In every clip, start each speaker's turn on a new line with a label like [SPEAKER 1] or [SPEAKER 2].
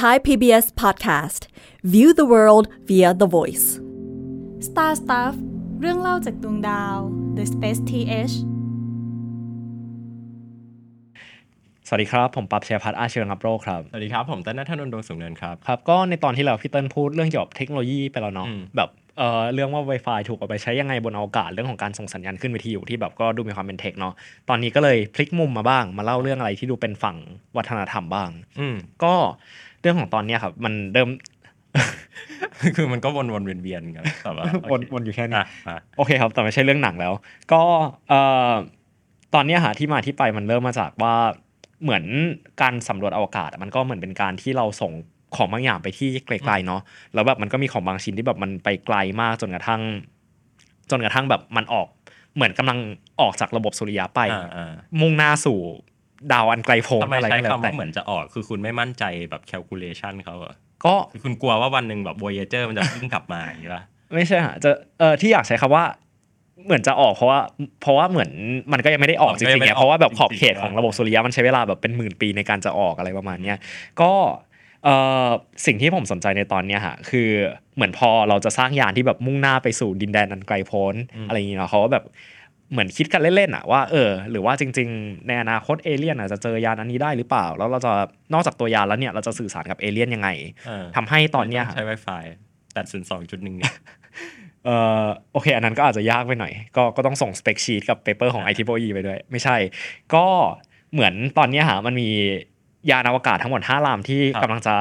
[SPEAKER 1] Thai PBS Podcast View the world via the voice
[SPEAKER 2] Star Stuff เรื่องเล่าจากดวงดาว The Space TH
[SPEAKER 3] สวัสดีครับ ผมปั๊บเชียพัฒน์อาชีวรับโรคครับ
[SPEAKER 4] สวัสดีครับ ผมเต้นนัทธนนท์ดวงสูงเนินครับ
[SPEAKER 3] ครับ ก็ในตอนที่แล้วพี่เติ้ลพูดเรื่องเกี่ยวกับเทคโนโลยีไปแล้วเนาะ
[SPEAKER 4] อืม
[SPEAKER 3] แบบเอ่อเรื่องว่า Wi-Fi ถูกเอาไปใช้ยังไงบนอวกาศเรื่องของการส่งสัญญาณขึ้นวิทยุที่แบบก็ดูมีความเป็นเทคเนาะตอนนี้ก็เลยพลิกมุมมาบ้าง มาเล่าเรื่องอะไรที่ดูเป็นฝั่งวัฒนธรรมบ้าง
[SPEAKER 4] อืม
[SPEAKER 3] ก็เรื่องของตอนเนี้ยครับมันเริ่ม
[SPEAKER 4] คือมันก็วนวนเวียนเวียนๆกันแต่ว่าโอเค
[SPEAKER 3] วนวนอยู่แค่นี้
[SPEAKER 4] อ่ะอ่ะ
[SPEAKER 3] โอเคครับ แต่ไม่ใช่เรื่องหนังแล้ว ก็เอ่อตอนเนี้ยหาที่มาที่ไปมันเริ่มมาจากว่าเหมือนการสำรวจอวกาศอะมันก็เหมือนเป็นการที่เราส่งของบางอย่างไปที่ไกลๆเนาะแล้วแบบมันก็มีของบางชิ้นที่แบบมันไปไกลมากจนกระทั่ง จนกระทั่งแบบมันออกเหมือนกำลังออกจากระบบสุริยะไป
[SPEAKER 4] อ่ะอ่ะ
[SPEAKER 3] มุ่งหน้าสู่ดาวอันไกลโพ้น
[SPEAKER 4] ทำไม
[SPEAKER 3] อะไร
[SPEAKER 4] ใช้
[SPEAKER 3] ก็แล้ว
[SPEAKER 4] คำ
[SPEAKER 3] แต่
[SPEAKER 4] ว่าเหมือนจะออก คือคุณไม่มั่นใจแบบ calculation เขาเหรอะ
[SPEAKER 3] ก็
[SPEAKER 4] คือคุณกลัวว่าวันหนึ่งแบบ voyager มันจะวิ่งกลับมาอย่างนี้ปะ
[SPEAKER 3] ไม่ใช่ฮะจะเออที่อยากใช้คำว่า เหมือนจะออกเพราะว่า เพราะว่าเหมือนมันก็ยังไม่ได้ออกจ
[SPEAKER 4] มัน
[SPEAKER 3] ริ
[SPEAKER 4] ก็ยั
[SPEAKER 3] งๆ
[SPEAKER 4] งไม่
[SPEAKER 3] ไง
[SPEAKER 4] ได้ออก
[SPEAKER 3] เพราะว่าแบบขอบ
[SPEAKER 4] จริงๆ
[SPEAKER 3] เขตของ
[SPEAKER 4] อะ
[SPEAKER 3] ระบบสุริยะมันใช้เวลาแบบเป็นหมื่นปีในการจะออกอะไรประมาณเนี้ยก็เอ่อสิ่งที่ผมสนใจในตอนเนี้ยฮะคือเหมือนพอเราจะสร้างยานที่แบบมุ่งหน้าไปสู่ดินแดนอันไกลโพ้นอะไรอย่างเงี้ยเนาะเขาก็แบบเหมือนคิดกันเล่นๆอะว่าเออหรือว่าจริง ๆ ในอนาคตเอเลี่ยนอาจจะเจอยานอันนี้ได้หรือเปล่า แล้วเราจะนอกจากตัวยานแล้วเนี่ยเราจะสื่อสารกับเอเลี่ยนยังไง
[SPEAKER 4] เออ
[SPEAKER 3] ทำให้ตอนเนี้ยฮะ
[SPEAKER 4] ใช้ Wi-Fi แปดศูนย์สองจุดหนึ่ง เนี่ย
[SPEAKER 3] เอ่อโอเค อันนั้นก็อาจจะยากไปหน่อย ก็ก็ต้องส่งสเป s ชี t กับเปเปอร์ของ i t o e ไปด้วย ไม่ใช่ ก็เหมือนตอนเนี้ยฮะมันมียานอวกาศทั้งหมด 5 ลำที่
[SPEAKER 4] ครับ
[SPEAKER 3] กำลังจะ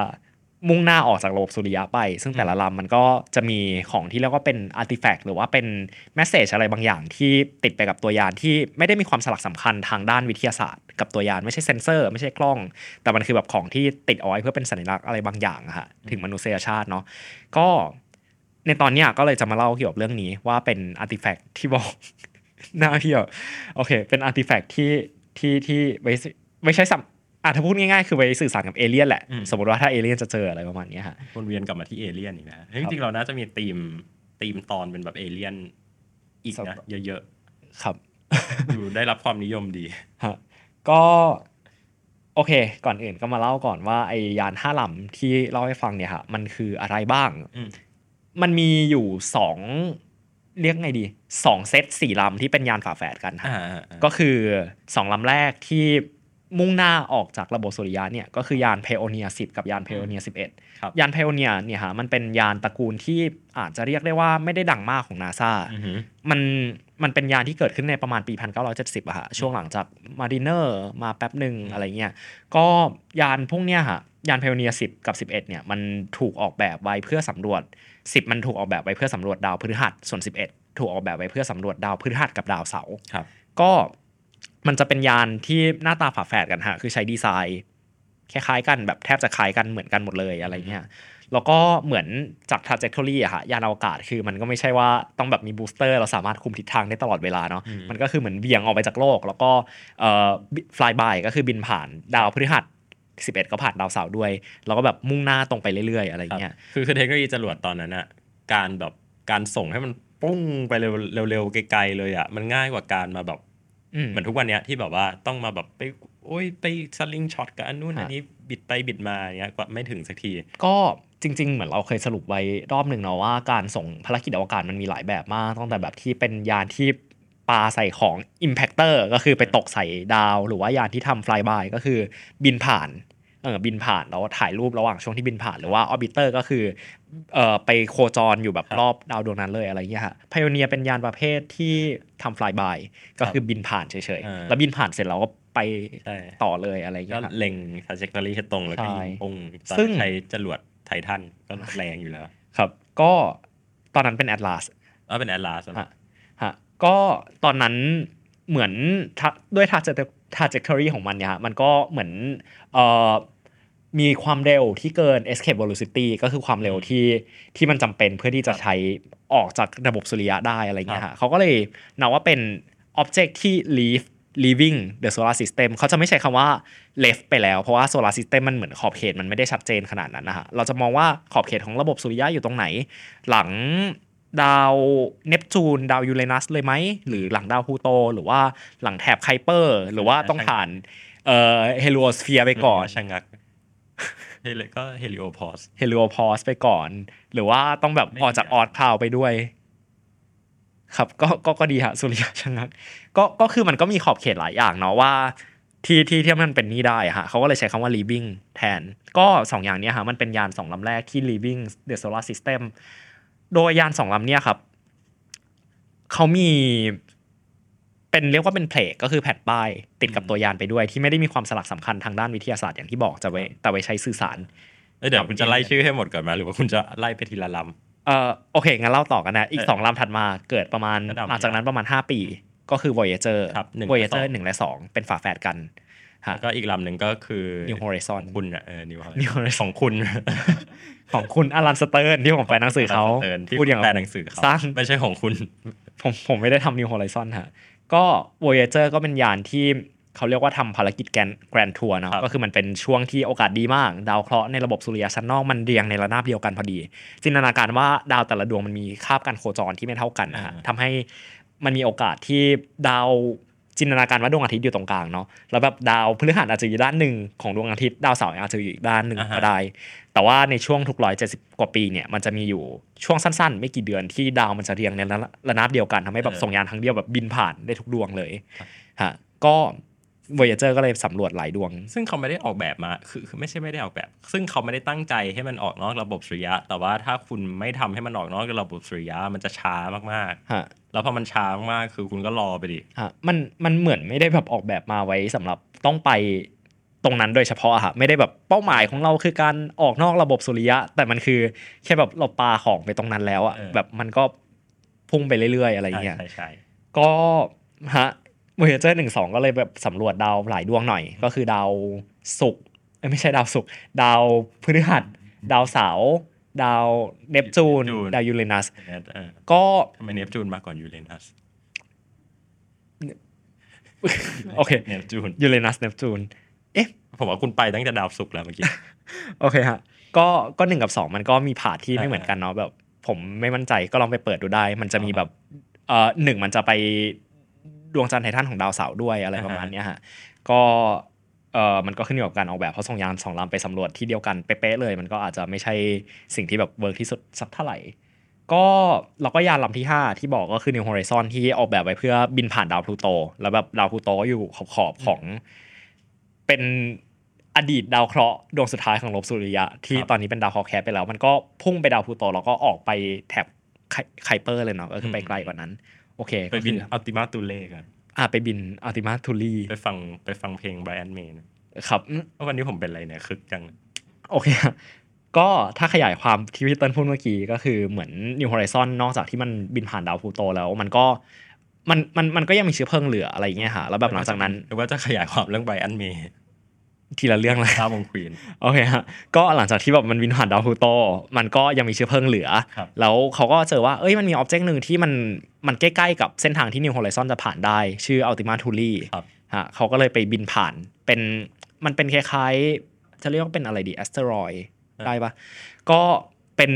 [SPEAKER 3] มุ่งหน้าออกจากระบบสุริยะไป ซึ่งแต่ละลำมันก็จะมีของที่เรียกว่าเป็นอาร์ติแฟกต์หรือว่าเป็นแมสเซจอะไรบางอย่างที่ติดไปกับตัวยานที่ไม่ได้มีความสลักสำคัญทางด้านวิทยาศาสตร์ กับตัวยานไม่ใช่เซนเซอร์ ไม่ใช่กล้อง แต่มันคือแบบของที่ติดเอาไว้เพื่อเป็นสัญลักษณ์อะไรบางอย่างอะฮะถึงมนุษยชาติเนาะก็ในตอนเนี้ยก็เลยจะมาเล่าเกี่ยวกับเรื่องนี้ว่าเป็นอาร์ติแฟกต์ที่บอก หน้าพี่อะโอเค เป็นอาร์ติแฟกต์ที่ที่ที่ไว้สื่อไว้ใช้สัมอาจจะถ้าพูดง่ายๆ คือไว้สื่อสารกับเอเลี่ยนแหละ
[SPEAKER 4] อืม
[SPEAKER 3] สมมติว่าถ้าเอเลี่ยนจะเจออะไรประมาณเนี้ยฮะ
[SPEAKER 4] วนเวียนกลับมาที่เอเลี่ยนอีกนะจริงๆเราน่าจะมีธีมธีมตอนเป็นแบบเอเลี่ยนอีก
[SPEAKER 3] สั
[SPEAKER 4] นะ
[SPEAKER 3] บ
[SPEAKER 4] เยอะ
[SPEAKER 3] ครับ
[SPEAKER 4] ๆอยู่ได้รับความนิยมดี
[SPEAKER 3] ฮะก็โอเค ก่อนอื่นก็มาเล่าก่อนว่าไอ้ยานห้าลำที่เล่าให้ฟังเนี่ยฮะมันคืออะไรบ้าง
[SPEAKER 4] อืม
[SPEAKER 3] มันมีอยู่สองเรียกไงดีสองเซตสี่ลำที่เป็นยานฝาแฝดกันฮะ
[SPEAKER 4] อ่าอ่าอ่า
[SPEAKER 3] ก็คือสองลำแรกที่มุ่งหน้าออกจากระบบสุริยะเนี่ยก็คือยาน p พ o n เนีย10 กับยาน p พ o n เนีย
[SPEAKER 4] ครับ
[SPEAKER 3] 11 ยาน p พ o n เนียเนี่ยฮะมันเป็นยานตระกูลที่อาจจะเรียกได้ว่าไม่ได้ดังมากของนาซา
[SPEAKER 4] อือหือ
[SPEAKER 3] มันมันเป็นยานที่เกิดขึ้นในประมาณปี 1970อะฮะช่วงหลังจากมาดิเนอร์มาแป๊บหนึ่งอะไรเงี้ยก็ยานพวกเนี้ยฮะยาน p พ o n เนีย10 กับ 11เนี่ยมันถูกออกแบบไว้เพื่อสำรวจ 10 มันถูกออกแบบไว้เพื่อสำรวจดาวพฤหัสส่วน 11 ถูกออกแบบไว้เพื่อสำรวจดาวพฤหัสกับดาวเสาร์
[SPEAKER 4] ครับ
[SPEAKER 3] ก็มันจะเป็นยานที่หน้าตาฝาแฝดกันฮะ คือใช้ดีไซน์คล้ายๆกันแบบแทบจะคล้ายกันเหมือนกันหมดเลยอะไรเงี้ย แล้วก็เหมือนจาก trajectory อะฮะยานอวกาศคือมันก็ไม่ใช่ว่าต้องแบบมีบูสเตอร์เราสามารถคุมทิศทางได้ตลอดเวลาเนาะ
[SPEAKER 4] อืม
[SPEAKER 3] มันก็คือเหมือนเบี่ยงออกไปจากโลก แล้วก็เอ่อ fly by ก็คือบินผ่านดาวพฤหัส 11 ก็ผ่านดาวเสาร์ด้วย แล้วก็แบบมุ่งหน้าตรงไปเรื่อยๆ อะไร
[SPEAKER 4] ครับ
[SPEAKER 3] เงี้ย
[SPEAKER 4] คือคือเทคโนโลยีจรวดตอนนั้นอะการแบบการส่งให้มันปุ้งไปเร็วเร็วๆไกลๆเลยอะมันง่ายกว่าการมาแบบ
[SPEAKER 3] อืม
[SPEAKER 4] เหมือนทุกวันเนี้ยที่แบบว่าต้องมาแบบไปโอ้ยไปสลิงช็อตกับอันนู้นอันนี้บิดไปบิดมาอย่างเงี้ยกว่าไม่ถึงสักที
[SPEAKER 3] ก็จริง ๆ เหมือนเราเคยสรุปไว้รอบหนึ่งเนาะว่าการส่งภารกิจอวกาศมันมีหลายแบบมาก ตั้งแต่แบบที่เป็นยานที่ปาใส่ของ Impactor ก็คือไปตกใส่ดาว หรือว่ายานที่ทำ flyby ก็คือบินผ่านเออบินผ่านแล้วถ่ายรูประหว่างช่วงที่บินผ่านหรือว่า orbiter ก็คือเออไปโคจรอยู่แบบ
[SPEAKER 4] ครับ
[SPEAKER 3] รอบดาวดวงนั้นเลยอะไรเงี้ยฮะ pioneer เป็นยานประเภทที่ทำ flyby ก็คือบินผ่านเฉย
[SPEAKER 4] อ่า
[SPEAKER 3] ๆแล้วบินผ่านเสร็จเราก็ไป
[SPEAKER 4] ใช่
[SPEAKER 3] ต่อเลยอะไร
[SPEAKER 4] ก็
[SPEAKER 3] เงี้ยฮะ
[SPEAKER 4] เล็ง trajectory ให้ตรงแล้วก็ยิ
[SPEAKER 3] ใช่
[SPEAKER 4] งปุ้งตอน
[SPEAKER 3] ซึ่
[SPEAKER 4] นั้
[SPEAKER 3] ง
[SPEAKER 4] นใช้จรวดไททันก็แรงอยู่แล้ว
[SPEAKER 3] ครับก็ตอนนั้นเป็น atlas
[SPEAKER 4] เอาเป็นแอตลาส
[SPEAKER 3] ฮะ ฮะก็ตอนนั้นเหมือนทะด้วย traje- trajectory ของมันเนี่ยฮะมันก็เหมือนเอ่อมีความเร็วที่เกิน escape velocity ก็คือความเร็วที่ที่มันจำเป็นเพื่อที่จะใช้ออกจากระบบสุริยะได้อะไรเงี้ยฮะเขาก็เลยนับว่าเป็น object ที่ leave leaving the solar system เขาจะไม่ใช้คำว่า left ไปแล้ว เพราะว่า solar system มันเหมือนขอบเขตมันไม่ได้ชัดเจนขนาดนั้นนะฮะ เราจะมองว่าขอบเขตของระบบสุริยะอยู่ตรงไหน หลังดาวเนปจูน ดาวยูเรนัสเลยไหม หรือหลังดาวพลูโต หรือว่าหลังแถบไคเปอร์ หรือว่าต้องผ่านเอ่อเฮลิโอสเฟียร์ไปก่อน
[SPEAKER 4] ชะงัก เฮลิ ก็เฮลิโอพอส
[SPEAKER 3] เฮลิโอพอสไปก่อน หรือว่าต้องแบบ
[SPEAKER 4] ไม่
[SPEAKER 3] ออกจาก
[SPEAKER 4] มี
[SPEAKER 3] อ
[SPEAKER 4] อะ
[SPEAKER 3] อดคลาวไปด้วย ครับก็ก็ก็ดีฮะสุริยะชะงักก็ก็คือมันก็มีขอบเขตหลายอย่างเนาะว่าที่ที่ที่มันเป็นนี่ได้ฮะเขาก็เลยใช้คำว่า living แทน ก็สองอย่างเนี้ยฮะมันเป็นยานสองลำแรกที่ living the solar system โดยยานสองลำเนี้ยครับ เขามีเป็นเรียกว่าเป็นเพลกก็คือแผ่นป้าย ติดกับตัวยานไปด้วย ที่ไม่ได้มีความสลักสำคัญทางด้านวิทยาศาสตร์อย่างที่บอกจะไว้แต่ไว้ใช้สื่อสาร
[SPEAKER 4] เอ้ยเดี๋ยวคุณจะไล่ชื่อให้หมดก่อนไหมหรือว่าคุณจะไล่ไปทีละล
[SPEAKER 3] เออโอเค งั้นเล่าต่อกันนะ อีก
[SPEAKER 4] เออ
[SPEAKER 3] สองลำถัดมาเกิดประมาณ
[SPEAKER 4] ระดับ
[SPEAKER 3] หลังจากนั้นประมาณ 5 ปี ก็คือ Voyager
[SPEAKER 4] ครับหนึ่งและ
[SPEAKER 3] Voyager
[SPEAKER 4] สอง
[SPEAKER 3] หนึ่งและสองเป็นฝาแฝดกัน
[SPEAKER 4] ำ
[SPEAKER 3] ฮะ
[SPEAKER 4] แล้วก็อีกลำหนึ่งก็คือ
[SPEAKER 3] New Horizon
[SPEAKER 4] คุณอะเออ New Horizon
[SPEAKER 3] New Horizon
[SPEAKER 4] ของคุณ
[SPEAKER 3] ของคุณอลันสเต r ร์ที่ผมแปลหนังสือเขา
[SPEAKER 4] เตือนที่
[SPEAKER 3] พูดอย่าง
[SPEAKER 4] แปลหนังสือเขา
[SPEAKER 3] สร้าง
[SPEAKER 4] ไม่ใช่ของคุณ
[SPEAKER 3] ผมผมไม่ได้ทำ New Horizon ฮะ ก็ Voyager ก็เป็นยานที่เขาเรียกว่าทำภารกิจแกนแกรนทัวร์เนอะ
[SPEAKER 4] ครับ
[SPEAKER 3] ก็คือมันเป็นช่วงที่โอกาสดีมาก ดาวเคราะห์ในระบบสุริยะชั้นนอกมันเรียงในระนาบเดียวกันพอดี จินตนาการว่าดาวแต่ละดวงมันมีคาบการโคจรที่ไม่เท่ากันนะฮะทำให้มันมีโอกาสที่ดาวจินตนาการว่าดวงอาทิตย์อยู่ตรงกลางเนาะแล้วแบบดาวพฤหัสอาจจะอยู่ด้านหนึ่งของดวงอาทิตย์ดาวเสาร์อาจจะอยู่อีกด้านหนึ่งก็ได้ แต่ว่าในช่วงทุกร้อยเจ็ดสิบกว่าปีเนี่ยมันจะมีอยู่ช่วงสั้นๆ ไม่กี่เดือนที่ดาวมันจะเรียงในระระนาบเดียวกันทำให้แบบ
[SPEAKER 4] เออ
[SPEAKER 3] ส่งยานครั้งเดียวแบบบินผ่านได้ทุกดวงเลยฮะก็ Voyager ก็เลยสำรวจหลายดวง
[SPEAKER 4] ซึ่งเขาไม่ได้ออกแบบมาคือคือไม่ใช่ไม่ได้ออกแบบ ซึ่งเขาไม่ได้ตั้งใจให้มันออกนอกระบบสุริยะ แต่ว่าถ้าคุณไม่ทำให้มันออกนอกระบบสุริยะมันจะช้ามาก
[SPEAKER 3] ฮะ
[SPEAKER 4] ๆ แล้วพอมันช้ามากๆคือคุณก็รอไปดิ
[SPEAKER 3] อ่ะมันมันเหมือนไม่ได้แบบออกแบบมาไว้สำหรับต้องไปตรงนั้นโดยเฉพาะอะฮะไม่ได้แบบเป้าหมายของเราคือการออกนอกระบบสุริยะ แต่มันคือแค่แบบเราปาของไปตรงนั้นแล้วอะ
[SPEAKER 4] เออ
[SPEAKER 3] แบบมันก็พุ่งไปเรื่อยๆอะไรเงี้ย
[SPEAKER 4] ใช่ใช่
[SPEAKER 3] ก็ฮะ Voyager หนึ่งสองก็เลยแบบสำรวจดาวหลายดวงหน่อย ก็คือดาวศุกร์เอ้ยไม่ใช่ดาวศุกร์ดาวพฤหัส ดาวเสาร์ดาวเนปจูน ดาวยูเรนัส
[SPEAKER 4] ใช่เออ
[SPEAKER 3] ก็
[SPEAKER 4] ทำไมเนปจูนมาก่อนยูเรนัส
[SPEAKER 3] โอเค
[SPEAKER 4] เนปจูน
[SPEAKER 3] ยูเรนัสเนปจูน
[SPEAKER 4] ผมว่าคุณไปตั้งแต่ดาวศุกร์แล้วเมื่อกี้
[SPEAKER 3] โอเคฮะ ก็ก็หนึ่งกับสองมันก็มีผาดที่
[SPEAKER 4] อ่า
[SPEAKER 3] ไม่เหมือนกันเนาะแบบ ผมไม่มั่นใจก็ลองไปเปิดดูได้ มันจะมี
[SPEAKER 4] อ่า
[SPEAKER 3] แบบเอ่อหนึ่งมันจะไปดวงจันทร์ไททันของดาวเสาร์ด้วยอะไรประมาณ
[SPEAKER 4] อ่าฮะ
[SPEAKER 3] เนี้ยฮะ ก็เอ่อมันก็ขึ้นอยู่กับการออกแบบเพราะส่งยานสองลำไปสำรวจที่เดียวกันเป๊ะๆเลย มันก็อาจจะไม่ใช่สิ่งที่แบบเวิร์กที่สุดสักเท่าไหร่ ก็เราก็ยานลำที่ 5 ที่บอกก็คือ New Horizon ที่ออกแบบไว้เพื่อบินผ่านดาวพลูโต แล้วแบบดาวพลูโตอยู่ขอบขอบๆของ เป็นอดีตดาวเคราะห์ดวงสุดท้ายของโลกสุริยะ ที่
[SPEAKER 4] ครับ
[SPEAKER 3] ตอนนี้เป็นดาวเคราะห์แคปไปแล้ว มันก็พุ่งไปดาวพลูโตแล้วก็ออกไปแถบไคไคเปอร์เลยเนาะก็คือไป
[SPEAKER 4] อืม
[SPEAKER 3] ไกลกว่านั้น โอเค
[SPEAKER 4] ไปบิน
[SPEAKER 3] ก็คือ
[SPEAKER 4] อัลติมาตูเล่กัน
[SPEAKER 3] อ่ะไปบินอัลติมาทูลี
[SPEAKER 4] ไปฟังไปฟังเพลงไบรอันเมย์
[SPEAKER 3] ครับ
[SPEAKER 4] วันนี้ผมเป็นอะไรเนี่ยคึกจัง
[SPEAKER 3] โอเค ครับก็ถ้าขยายความที่พี่เติ้ลพูดเมื่อกี้ก็คือเหมือน New Horizon นอกจากที่มันบินผ่านดาวพลูโตแล้ว มันก็มันมันมันก็ยังมีเชื้อเพลิงเหลืออะไรอย่างเงี้ยค่ะแล้วแบบหลังจากนั้น
[SPEAKER 4] หรือว่าจะขยายความเรื่องไบรอันเมย์
[SPEAKER 3] ทีละเรื่องเลย
[SPEAKER 4] ท่าวงควีน
[SPEAKER 3] โอเคฮะก็หลังจากที่แบบมันบินผ่านดาวพลูโต มันก็ยังมีเชื้อเพลิงเหลือ
[SPEAKER 4] ครับ
[SPEAKER 3] แล้วเขาก็เจอว่าเอ้ยมันมีอ็อบเจกต์หนึ่งที่มันมันใกล้ๆกับเส้นทางที่นิวโฮไลซอนจะผ่านได้ ชื่ออัลติมาทูลี
[SPEAKER 4] ครับ
[SPEAKER 3] ฮะเขาก็เลยไปบินผ่านเป็นมันเป็นคล้ายๆ จะเรียกว่าเป็นอะไรดีแอสเตรอยได้ปะก็เป็น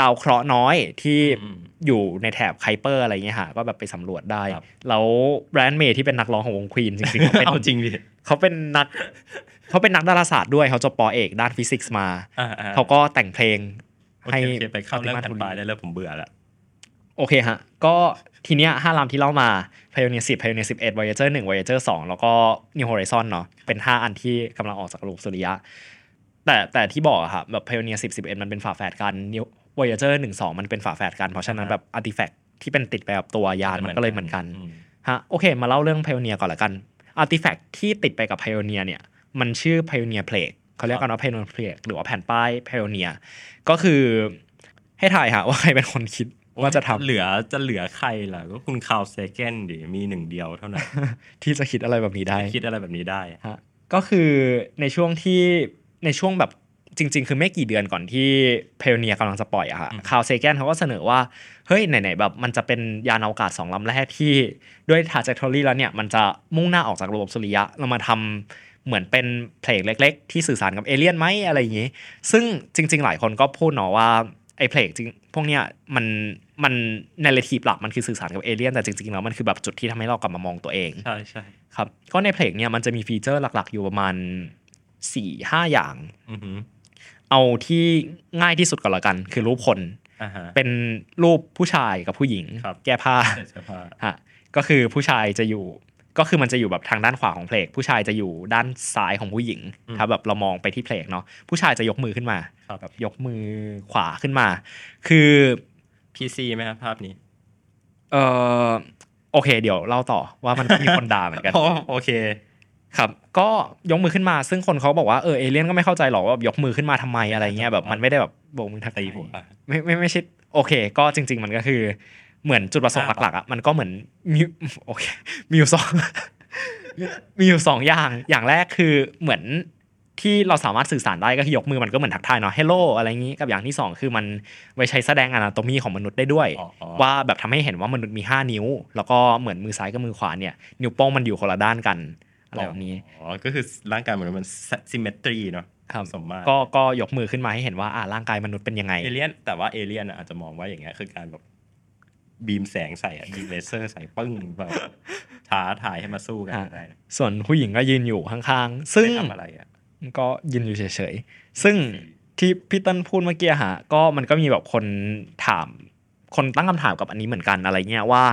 [SPEAKER 3] ดาวเคราะห์น้อยที่
[SPEAKER 4] อืม
[SPEAKER 3] อยู่ในแถบไคเปอร์อะไรเงี้ยฮะก็แบบไปสำรวจได้
[SPEAKER 4] ครับ
[SPEAKER 3] แล้วแบรนด์เมย์ที่เป็นนักร้องของวงควีนจริงๆเขาเป็น
[SPEAKER 4] เอาจริงดิ
[SPEAKER 3] เขาเป็นนักเขาเป็นนักดาราศาสตร์ด้วยเขาจบปอเอกด้านฟิสิกส์มา
[SPEAKER 4] อ่าๆ
[SPEAKER 3] เขาก็แต่งเพลง
[SPEAKER 4] โอ
[SPEAKER 3] ให้
[SPEAKER 4] เคโอเคไปเข้าเรื่อง
[SPEAKER 3] ปฏิ
[SPEAKER 4] แผ่น
[SPEAKER 3] ม
[SPEAKER 4] ปลายได้แล้วผมเบื่อละ
[SPEAKER 3] โอเคฮะ ก็ทีเนี้ยห้าลำที่เล่ามา Pioneer 10 Pioneer 11 Voyager 1 Voyager 2 แล้วก็ New Horizon เนาะเป็น 5 อันที่กำลังออกจากรูปสุริยะ แต่แต่ที่บอกอะครับแบบ Pioneer 10 11 มันเป็นฝาแฝดกัน New Voyager 1 2 มันเป็นฝาแฝดกัน เพราะฉะนั้นแบบ artifact ที่เป็นติดไปกับตัวยานมันก็เลยเหมือนกัน ฮะโอเค มาเล่าเรื่อง Pioneer ก่อนละกันอาร์ติแฟกที่ติดไปกับ Pioneer เนี่ย มันชื่อ Pioneer Plague เขาเรียกกันว่า Pioneer Plague หรือว่าแผ่นป้าย Pioneer ก็คือให้ถ่าย ฮะว่าใครเป็นคนคิดว่าจะทำ
[SPEAKER 4] เหลือจะเหลือใครล่ะ ก็คุณคาวเซเกนดิมีหนึ่งเดียวเท่า นั้น
[SPEAKER 3] ที่จะคิดอะไรแบบนี้ได้
[SPEAKER 4] คิดอะไรแบบนี้ได้
[SPEAKER 3] ฮะก็คือในช่วงที่ในช่วงแบบจริง ๆ คือไม่กี่เดือนก่อนที่เพลเนียกำลังจะปล่อยอะค่ะ
[SPEAKER 4] อืม
[SPEAKER 3] คาวเซแกนเขาก็เสนอว่า เฮ้ย ไหน ๆ แบบมันจะเป็นยานอวกาศสองลำแรกที่ด้วยทาร์เจคทอรี่แล้วเนี่ย มันจะมุ่งหน้าออกจากระบบสุริยะ เรามาทำเหมือนเป็นเพลงเล็ก ๆ ที่สื่อสารกับเอเลี่ยนไหมอะไรอย่างนี้ ซึ่งจริง ๆ หลายคนก็พูดเนาะว่าไอ้เพลงจริงพวกเนี้ยมันมันในเลทีหลักมันคือสื่อสารกับเอเลี่ยนแต่จริงๆแล้วมันคือแบบจุดที่ทำให้เรากลับมามองตัวเอง
[SPEAKER 4] ใช่ใช่
[SPEAKER 3] ครับก็ในเพลงเนี่ยมันจะมีฟีเจอร์หลักๆ อยู่ประมาณ 4 5 อย่าง
[SPEAKER 4] อือหือ
[SPEAKER 3] เอาที่ง่ายที่สุดก่อนละกัน คือรูปคน
[SPEAKER 4] อ่าฮะ
[SPEAKER 3] เป็นรูปผู้ชายกับผู้หญิง
[SPEAKER 4] ครับ
[SPEAKER 3] แก้ผ้า
[SPEAKER 4] เสื้อผ้า
[SPEAKER 3] ฮะก็คือผู้ชายจะอยู่ก็คือมันจะอยู่แบบทางด้านขวาของเพลงผู้ชายจะอยู่ด้านซ้ายของผู้หญิง ถ้าแบบเรามองไปที่เพลงเนาะผู้ชายจะยกมือขึ้นมา
[SPEAKER 4] ครับ
[SPEAKER 3] ยกมือขวาขึ้นมา คือ
[SPEAKER 4] PC ไหมครับภาพนี้
[SPEAKER 3] เออโอเค เดี๋ยวเล่าต่อว่ามันก็มีคนด่าเหมือนกัน
[SPEAKER 4] อ๋อโอเค
[SPEAKER 3] ครับ ก็ยกมือขึ้นมาซึ่งคนเขาบอกว่าเออเอเลี่ยนก็ไม่เข้าใจหรอกว่าแบบยกมือขึ้นมาทำไมอะไรเงี้ยแบบมันไม่ได้แบบโบกมือทักทาย
[SPEAKER 4] ตีหัว
[SPEAKER 3] ไม่ไม่ไม่ใช่โอเค ก็จริง ๆ มันก็คือเหมือนจุดประสงค์
[SPEAKER 4] อ่า
[SPEAKER 3] หลักๆอ่ะมันก็เหมือนมีโอเคมีอยู่สอง มีอยู่สองอย่างอย่างแรกคือเหมือนที่เราสามารถสื่อสารได้ก็คือยกมือมันก็เหมือนทักทายเนาะ hello อะไรอย่างนี้กับอย่างที่สองคือมันไว้ใช้แสดงอนาโตมีของมนุษย์ได้ด้วย
[SPEAKER 4] อ๋ออ๋อ
[SPEAKER 3] ว่าแบบทำให้เห็นว่ามนุษย์มี 5 นิ้ว แล้วก็เหมือนมือซ้ายกับมือขวาเนี่ยนิ้วโป้งมันอยู่คนละด้านกันอะไรแบบนี้
[SPEAKER 4] อ๋อก็คือร่างกายเหมือนมันซิเมตรีเนาะ
[SPEAKER 3] ครับ
[SPEAKER 4] สมมาตร
[SPEAKER 3] ก็ก็ยกมือขึ้นมาให้เห็นว่าอ่าร่างกายมนุษย์เป็นยังไง
[SPEAKER 4] เอเลี่ยนแต่ว่าเอเลี่ยนอะอาจจะมองว่าอย่างเงี้ยคือการแบบบีมแสงใส่อะบีมเลเซอร์ใส่ปึ้งแบบท้าทายให้มาสู้กัน
[SPEAKER 3] อ่ะ
[SPEAKER 4] อะไรนะ
[SPEAKER 3] ส่วนผู้หญิงก็ยืนอยู่ข้างๆ ซึ่ง
[SPEAKER 4] ไม่ทำอะไรอ่ะ
[SPEAKER 3] ก็ยืนอยู่เฉยๆ ซึ่งที่พี่เต้นพูดเมื่อกี้ฮะก็มันก็มีแบบคนถาม คนตั้งคำถามกับอันนี้เหมือนกันอะไรเงี้ยว่า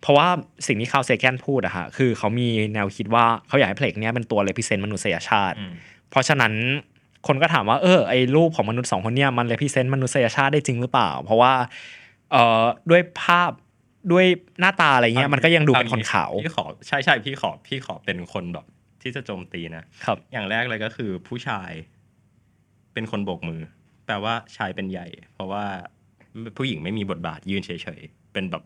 [SPEAKER 3] เพราะว่าสิ่งที่คาวเซแกนพูดอะฮะคือเขามีแนวคิดว่าเขาอยากให้เพลงเนี้ยเป็นตัวเลพิเซนต์มนุษยชาติ
[SPEAKER 4] อืม
[SPEAKER 3] เพราะฉะนั้นคนก็ถามว่าเออไอ้รูปของมนุษย์สองคนเนี่ยมันเลพิเซนต์มนุษยชาติได้จริงหรือเปล่า เพราะว่าเอ่อด้วยภาพด้วยหน้าตาอะไรเงี้ยมันก็ยังดูเป็นคนขาว
[SPEAKER 4] พี่ขอใช่ใช่พี่ขอพี่ขอเป็นคนแบบที่จะโจมตีนะครับ อย่างแรกเลยก็คือผู้ชายเป็นคนโบกมือ แปลว่าชายเป็นใหญ่ เพราะว่าผู้หญิงไม่มีบทบาทยืนเฉยๆเป็นแบบ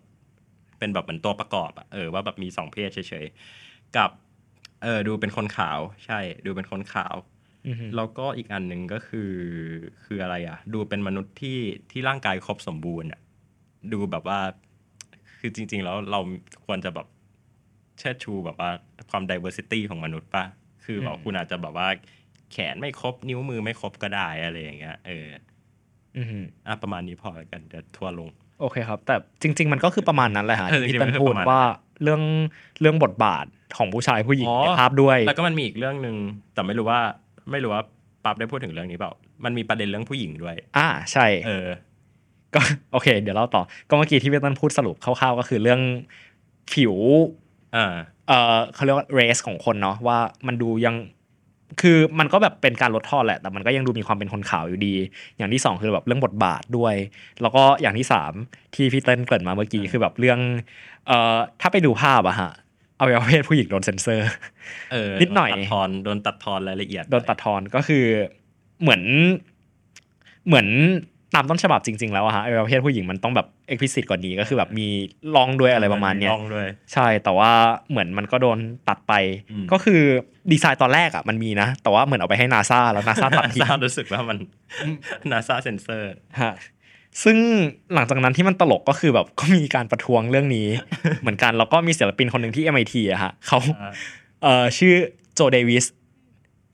[SPEAKER 4] เป็นแบบเหมือนตัวประกอบอะเออว่าแบบมีสองเพศเฉยๆกับเออดูเป็นคนขาวใช่ ดูเป็นคนขาว
[SPEAKER 3] อือฮึ
[SPEAKER 4] แล้วก็อีกอันหนึ่งก็คือคืออะไรอ่ะ ดูเป็นมนุษย์ที่ที่ร่างกายครบสมบูรณ์อ่ะดูแบบว่า คือจริง ๆ แล้วเราควรจะแบบเชิดชูแบบว่าความ diversity ของมนุษย์ป่ะ คือแบบคุณอาจจะแบบว่าแขนไม่ครบนิ้วมือไม่ครบก็ได้อะไรอย่างเงี้ยเออ
[SPEAKER 3] อือฮึ
[SPEAKER 4] อ่ะประมาณนี้พอแล้วกันเดี๋ยวทัวร์ลง
[SPEAKER 3] โอเคครับ แต่จริง ๆ มันก็คือประมาณนั้นแหละฮะ
[SPEAKER 4] เออจริ
[SPEAKER 3] ที่
[SPEAKER 4] งๆ
[SPEAKER 3] เตันพูด
[SPEAKER 4] มันคือประมาณนั้น
[SPEAKER 3] ว่าเรื่องเรื่องบทบาทของผู้ชายผู้หญิง
[SPEAKER 4] อ๋อ
[SPEAKER 3] ในภาพด้วย
[SPEAKER 4] แล้วก็มันมีอีกเรื่องหนึ่งแต่ไม่รู้ว่าไม่รู้ว่าปั๊บได้พูดถึงเรื่องนี้เปล่า มันมีประเด็นเรื่องผู้หญิงด้วย
[SPEAKER 3] อ่าใช่
[SPEAKER 4] เออ
[SPEAKER 3] ก็ โอเค เดี๋ยวเล่าต่อ ก็เมื่อกี้ที่เวตันพูดสรุปคร่าวๆก็คือเรื่องผิว
[SPEAKER 4] อ่า
[SPEAKER 3] เออเขาเรียกว่า race ของคนเนาะว่ามันดูยังคือมันก็แบบเป็นการลดทอนแหละ แต่มันก็ยังดูมีความเป็นคนขาวอยู่ดี อย่างที่สองคือแบบเรื่องบทบาทด้วย แล้วก็อย่างที่สามที่พี่เต้นเกริดมาเมื่อกี้คือแบบเรื่องเอ่อถ้าไปดูภาพอะฮะเอาเอาเพศผู้หญิงโดนเซนเซอร์
[SPEAKER 4] เออ
[SPEAKER 3] นิดหน่อย
[SPEAKER 4] โตัดทอนโดนตัดทอนรายละเอียด
[SPEAKER 3] โดนตัดทอนก็คือเหมือนเหมือนตามต้นฉบับจริง ๆ แล้วอะฮะไอ้ประเภทผู้หญิงมันต้องแบบเอ็กพิสิตกว่านี้ก็คือแบบมีลองด้วยอะไรประมาณเนี้ย
[SPEAKER 4] ลองด้วย
[SPEAKER 3] ใช่แต่ว่าเหมือนมันก็โดนตัดไป
[SPEAKER 4] อืม
[SPEAKER 3] ก็คือดีไซน์ตอนแรกอะมันมีนะ แต่ว่าเหมือนเอาไปให้นาซาแล้วนาซาตัดทิ้ง
[SPEAKER 4] นาซารู้สึกว่ามันนาซาเซนเซอร์
[SPEAKER 3] ฮะซึ่งหลังจากนั้นที่มันตลกก็คือแบบ ก็มีการประท้วงเรื่อง นี้ เหมือนกันแล้วก็มีศิลปินคนหนึ่งที่ MIT อะฮะเขา
[SPEAKER 4] อ่า
[SPEAKER 3] เอ่อชื่อโจเดวิส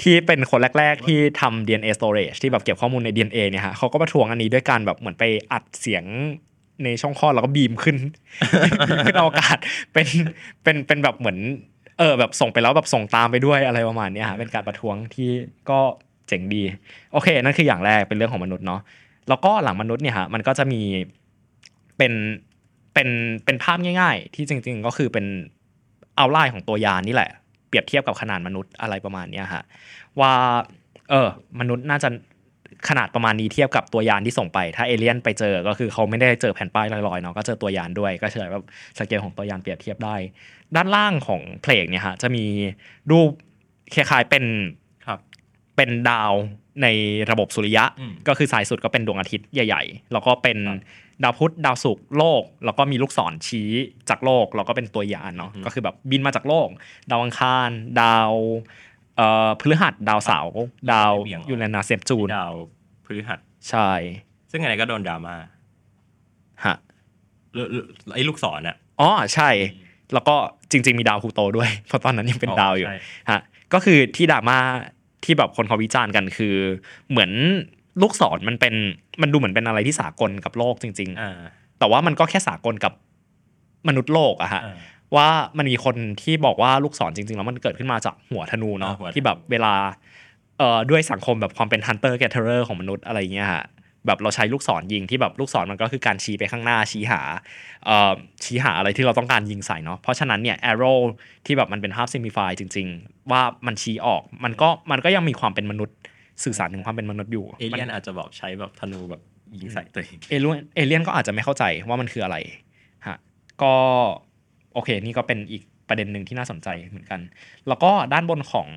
[SPEAKER 3] ที่เป็นคนแรก ๆ ที่ทำ DNA storage ที่แบบเก็บข้อมูลใน DNA เนี่ยฮะเขาก็ประท้วงอันนี้ด้วยการแบบเหมือนไปอัดเสียงในช่องคลอดแล้วก็บีมขึ้น บีมขึ้นอวกาศเป็นเป็นเป็นแบบเหมือนเออแบบส่งไปแล้วแบบส่งตามไปด้วยอะไรประมาณเนี้ยฮะเป็นการประท้วงที่ก็เจ๋งดี โอเค นั่นคืออย่างแรกเป็นเรื่องของมนุษย์เนาะ แล้วก็หลังมนุษย์เนี่ยฮะมันก็จะมีเป็นเป็นเป็นภาพง่าย ๆ ที่จริง ๆ ก็คือเป็นเอาไล่ของตัวยานนี่แหละ เปรียบเทียบกับขนาดมนุษย์อะไรประมาณเนี้ยฮะว่าเออมนุษย์น่าจะขนาดประมาณนี้เทียบกับตัวยานที่ส่งไป ถ้าเอเลี่ยนไปเจอก็คือเขาไม่ได้เจอแผ่นป้ายลอยๆเนาะก็เจอตัวยานด้วยก็เฉยแบบสเกลของตัวยานเปรียบเทียบได้ ด้านล่างของเพลงเนี่ยฮะจะมีรูปคล้ายๆเป็น
[SPEAKER 4] ครับ
[SPEAKER 3] เป็นดาวในระบบสุริยะ
[SPEAKER 4] อืม
[SPEAKER 3] ก็คือสายสุดก็เป็นดวงอาทิตย์ใหญ่ๆ แล้วก็เป็น
[SPEAKER 4] ครับ
[SPEAKER 3] ดาวพุธดาวศุกร์โลก แล้วก็มีลูกศรชี้จากโลก แล้วก็เป็นตัวยานเนาะ
[SPEAKER 4] อือฮึ
[SPEAKER 3] ก็คือแบบบินมาจากโลก ดาวอังคาร ดาวเอ่อพฤหัสดาวเสาร์ดาวยูเรนัสเซปจูน
[SPEAKER 4] ดาวพฤหัส
[SPEAKER 3] ใช่
[SPEAKER 4] ซึ่งอะไรก็โดนดราม่า
[SPEAKER 3] ฮะ
[SPEAKER 4] หรือหรือไอ้ลูกศรน่ะ
[SPEAKER 3] อ๋อใช่ แล้วก็จริง ๆ มีดาวพลูโตด้วย เพราะตอนนั้นยังเป็นดาวอยู่
[SPEAKER 4] ใช่
[SPEAKER 3] ฮะก็คือที่ดราม่าที่แบบคนเขาวิจารณ์กันคือ เหมือนลูกศรมันเป็นมันดูเหมือนเป็นอะไรที่สากลกับโลกจริง
[SPEAKER 4] อ่า
[SPEAKER 3] ๆ แต่ว่ามันก็แค่สากลกับมนุษย์โลกอะฮะ
[SPEAKER 4] อ่า
[SPEAKER 3] ว่ามันมีคนที่บอกว่าลูกศรจริง ๆ แล้วมันเกิดขึ้นมาจากหัวธนูเนาะ
[SPEAKER 4] อ่าหัวธนู
[SPEAKER 3] ที่แบบเวลา เอ่อด้วยสังคมแบบความเป็น hunter gatherer ของมนุษย์อะไรเงี้ยฮะแบบเราใช้ลูกศรยิงที่แบบลูกศรมันก็คือการชี้ไปข้างหน้าชี้หาเอ่อชี้หาอะไรที่เราต้องการยิงใส่เนาะเพราะฉะนั้นเนี่ย arrow ที่แบบมันเป็นภาพ simplify จริง ๆ ว่ามันชี้ออกมันก็มันก็ยังมีความเป็นมนุษย์สื่อสารถึงความเป็นมนุษย์อยู่
[SPEAKER 4] เอเลียนอาจจะบอกใช้แบบธนูแบบยิงใส่ตัวเอง
[SPEAKER 3] เอเลียนเอเลียนก็อาจจะไม่เข้าใจว่ามันคืออะไรฮะก็โอเคนี่ก็เป็นอีกประเด็นหนึ่งที่น่าสนใจเหมือนกัน แล้วก็ด้านบนของ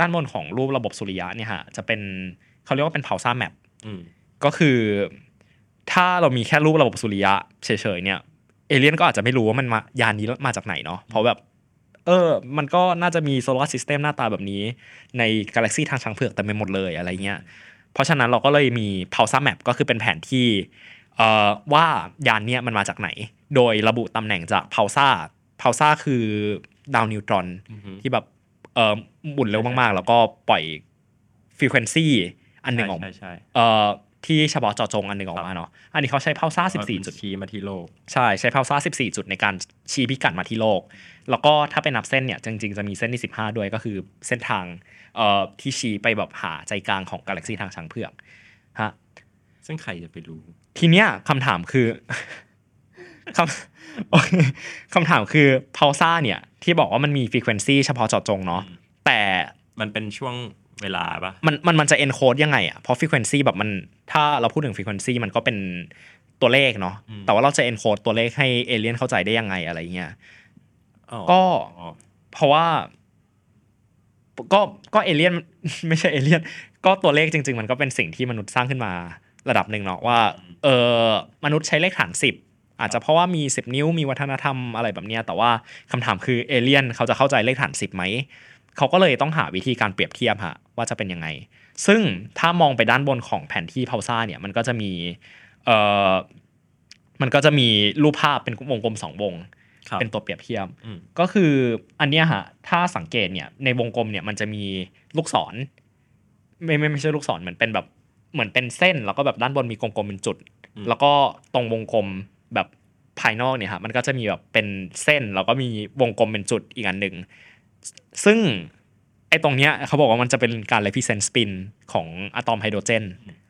[SPEAKER 3] ด้านบนของรูประบบสุริยะเนี่ยฮะจะเป็นเขาเรียกว่าเป็น Pausa Map
[SPEAKER 4] อืม
[SPEAKER 3] ก็คือ ถ้าเรามีแค่รูประบบสุริยะเฉยๆเนี่ยเอเลียนก็อาจจะไม่รู้ว่ามันมายานนี้มาจากไหนเนาะเพราะแบบ เออ มันก็น่าจะมีโซลาร์ซิสเต็มหน้าตาแบบนี้ ในกาแล็กซีทางช้างเผือกแต่ไม่หมดเลยอะไรเงี้ยเพราะฉะนั้นเราก็เลยมี p a u s a Map ก็คือเป็นแผนที่เอ่อว่ายานเนี่ยมันมาจากไหน โดยระบุตำแหน่งจาก p a u s a p a u s a คือดาวนิวตรอน
[SPEAKER 4] อือฮึ
[SPEAKER 3] ที่แบบเอ่อหมุนเร็วมากๆ แล้วก็ปล่อยฟรีเควนซีอันหนึ่งออก
[SPEAKER 4] ใช่ใช่
[SPEAKER 3] เอ่อที่เฉพาะเจาะจงอันหนึ่งออกมาเนาะอันนี้เขาใช้เพาซ่า
[SPEAKER 4] ใช่
[SPEAKER 3] 14 จุด
[SPEAKER 4] ชี้มาที่โลก
[SPEAKER 3] ใช่ใช้เพาซ่า 14 จุดในการชี้พิกัดมาที่โลก แล้วก็ถ้าไปนับเส้นเนี่ย จริง ๆ จะมีเส้นที่ 15 ด้วยก็คือเส้นทางเอ่อที่ชี้ไปแบบหาใจกลางของกาแล็กซีทางช้างเผือกฮะ
[SPEAKER 4] ซึ่งใครจะไปรู้
[SPEAKER 3] ทีเนี้ยคำถามคือ คำโอเคคำถามคือเพาซ่าเนี่ยที่บอกว่ามันมีฟรีเควนซีเฉพาะเจาะจงเนาะแต่
[SPEAKER 4] มันเป็นช่วงเวลาปะ
[SPEAKER 3] มันมันมันจะ encode ยังไงอ่ะ เพราะ frequency แบบมันถ้าเราพูดถึง frequency มันก็เป็นตัวเลขเนาะ แต่ว่าเราจะ encode ตัวเลขให้เอเลียนเข้าใจได้ยังไงอะไรเงี้ย
[SPEAKER 4] อ๋อ
[SPEAKER 3] ก็
[SPEAKER 4] อ๋อ
[SPEAKER 3] เพราะว่า ก็ก็เอเลียน ไม่ใช่เอเลียน ก็ตัวเลขจริง ๆ มันก็เป็นสิ่งที่มนุษย์สร้างขึ้นมาระดับหนึ่งเนาะว่า เออมนุษย์ใช้เลขฐานสิบอาจจะเพราะว่ามี 10 นิ้วมีวัฒนธรรมอะไรแบบเนี้ยแต่ว่าคำถามคือเอเลียนเขาจะเข้าใจเลขฐานสิบไหม เขาก็เลยต้องหาวิธีการเปรียบเทียบฮะว่าจะเป็นยังไง ซึ่งถ้ามองไปด้านบนของแผนที่พาวซ่าเนี่ยมันก็จะมีเอ่อมันก็จะมีรูปภาพเป็นวงกลมสองวง
[SPEAKER 4] ครับ
[SPEAKER 3] เป็นตัวเปรียบเทียบ
[SPEAKER 4] อืม
[SPEAKER 3] ก็คืออันเนี้ยฮะถ้าสังเกตเนี่ยในวงกลมเนี่ยมันจะมีลูกศร ไม่ไม่ไม่ใช่ลูกศรเหมือนเป็นแบบเหมือนเป็นเส้น แล้วก็แบบด้านบนมีกลมๆเป็นจุด
[SPEAKER 4] อืม
[SPEAKER 3] แล้วก็ตรงวงกลมแบบภายนอกเนี่ยฮะมันก็จะมีแบบเป็นเส้น แล้วก็มีวงกลมเป็นจุดอีกอันหนึ่งซึ่งไอ้ตรงเนี้ยเขาบอกว่ามันจะเป็นการ represent spin ของอะตอมไฮโดรเจน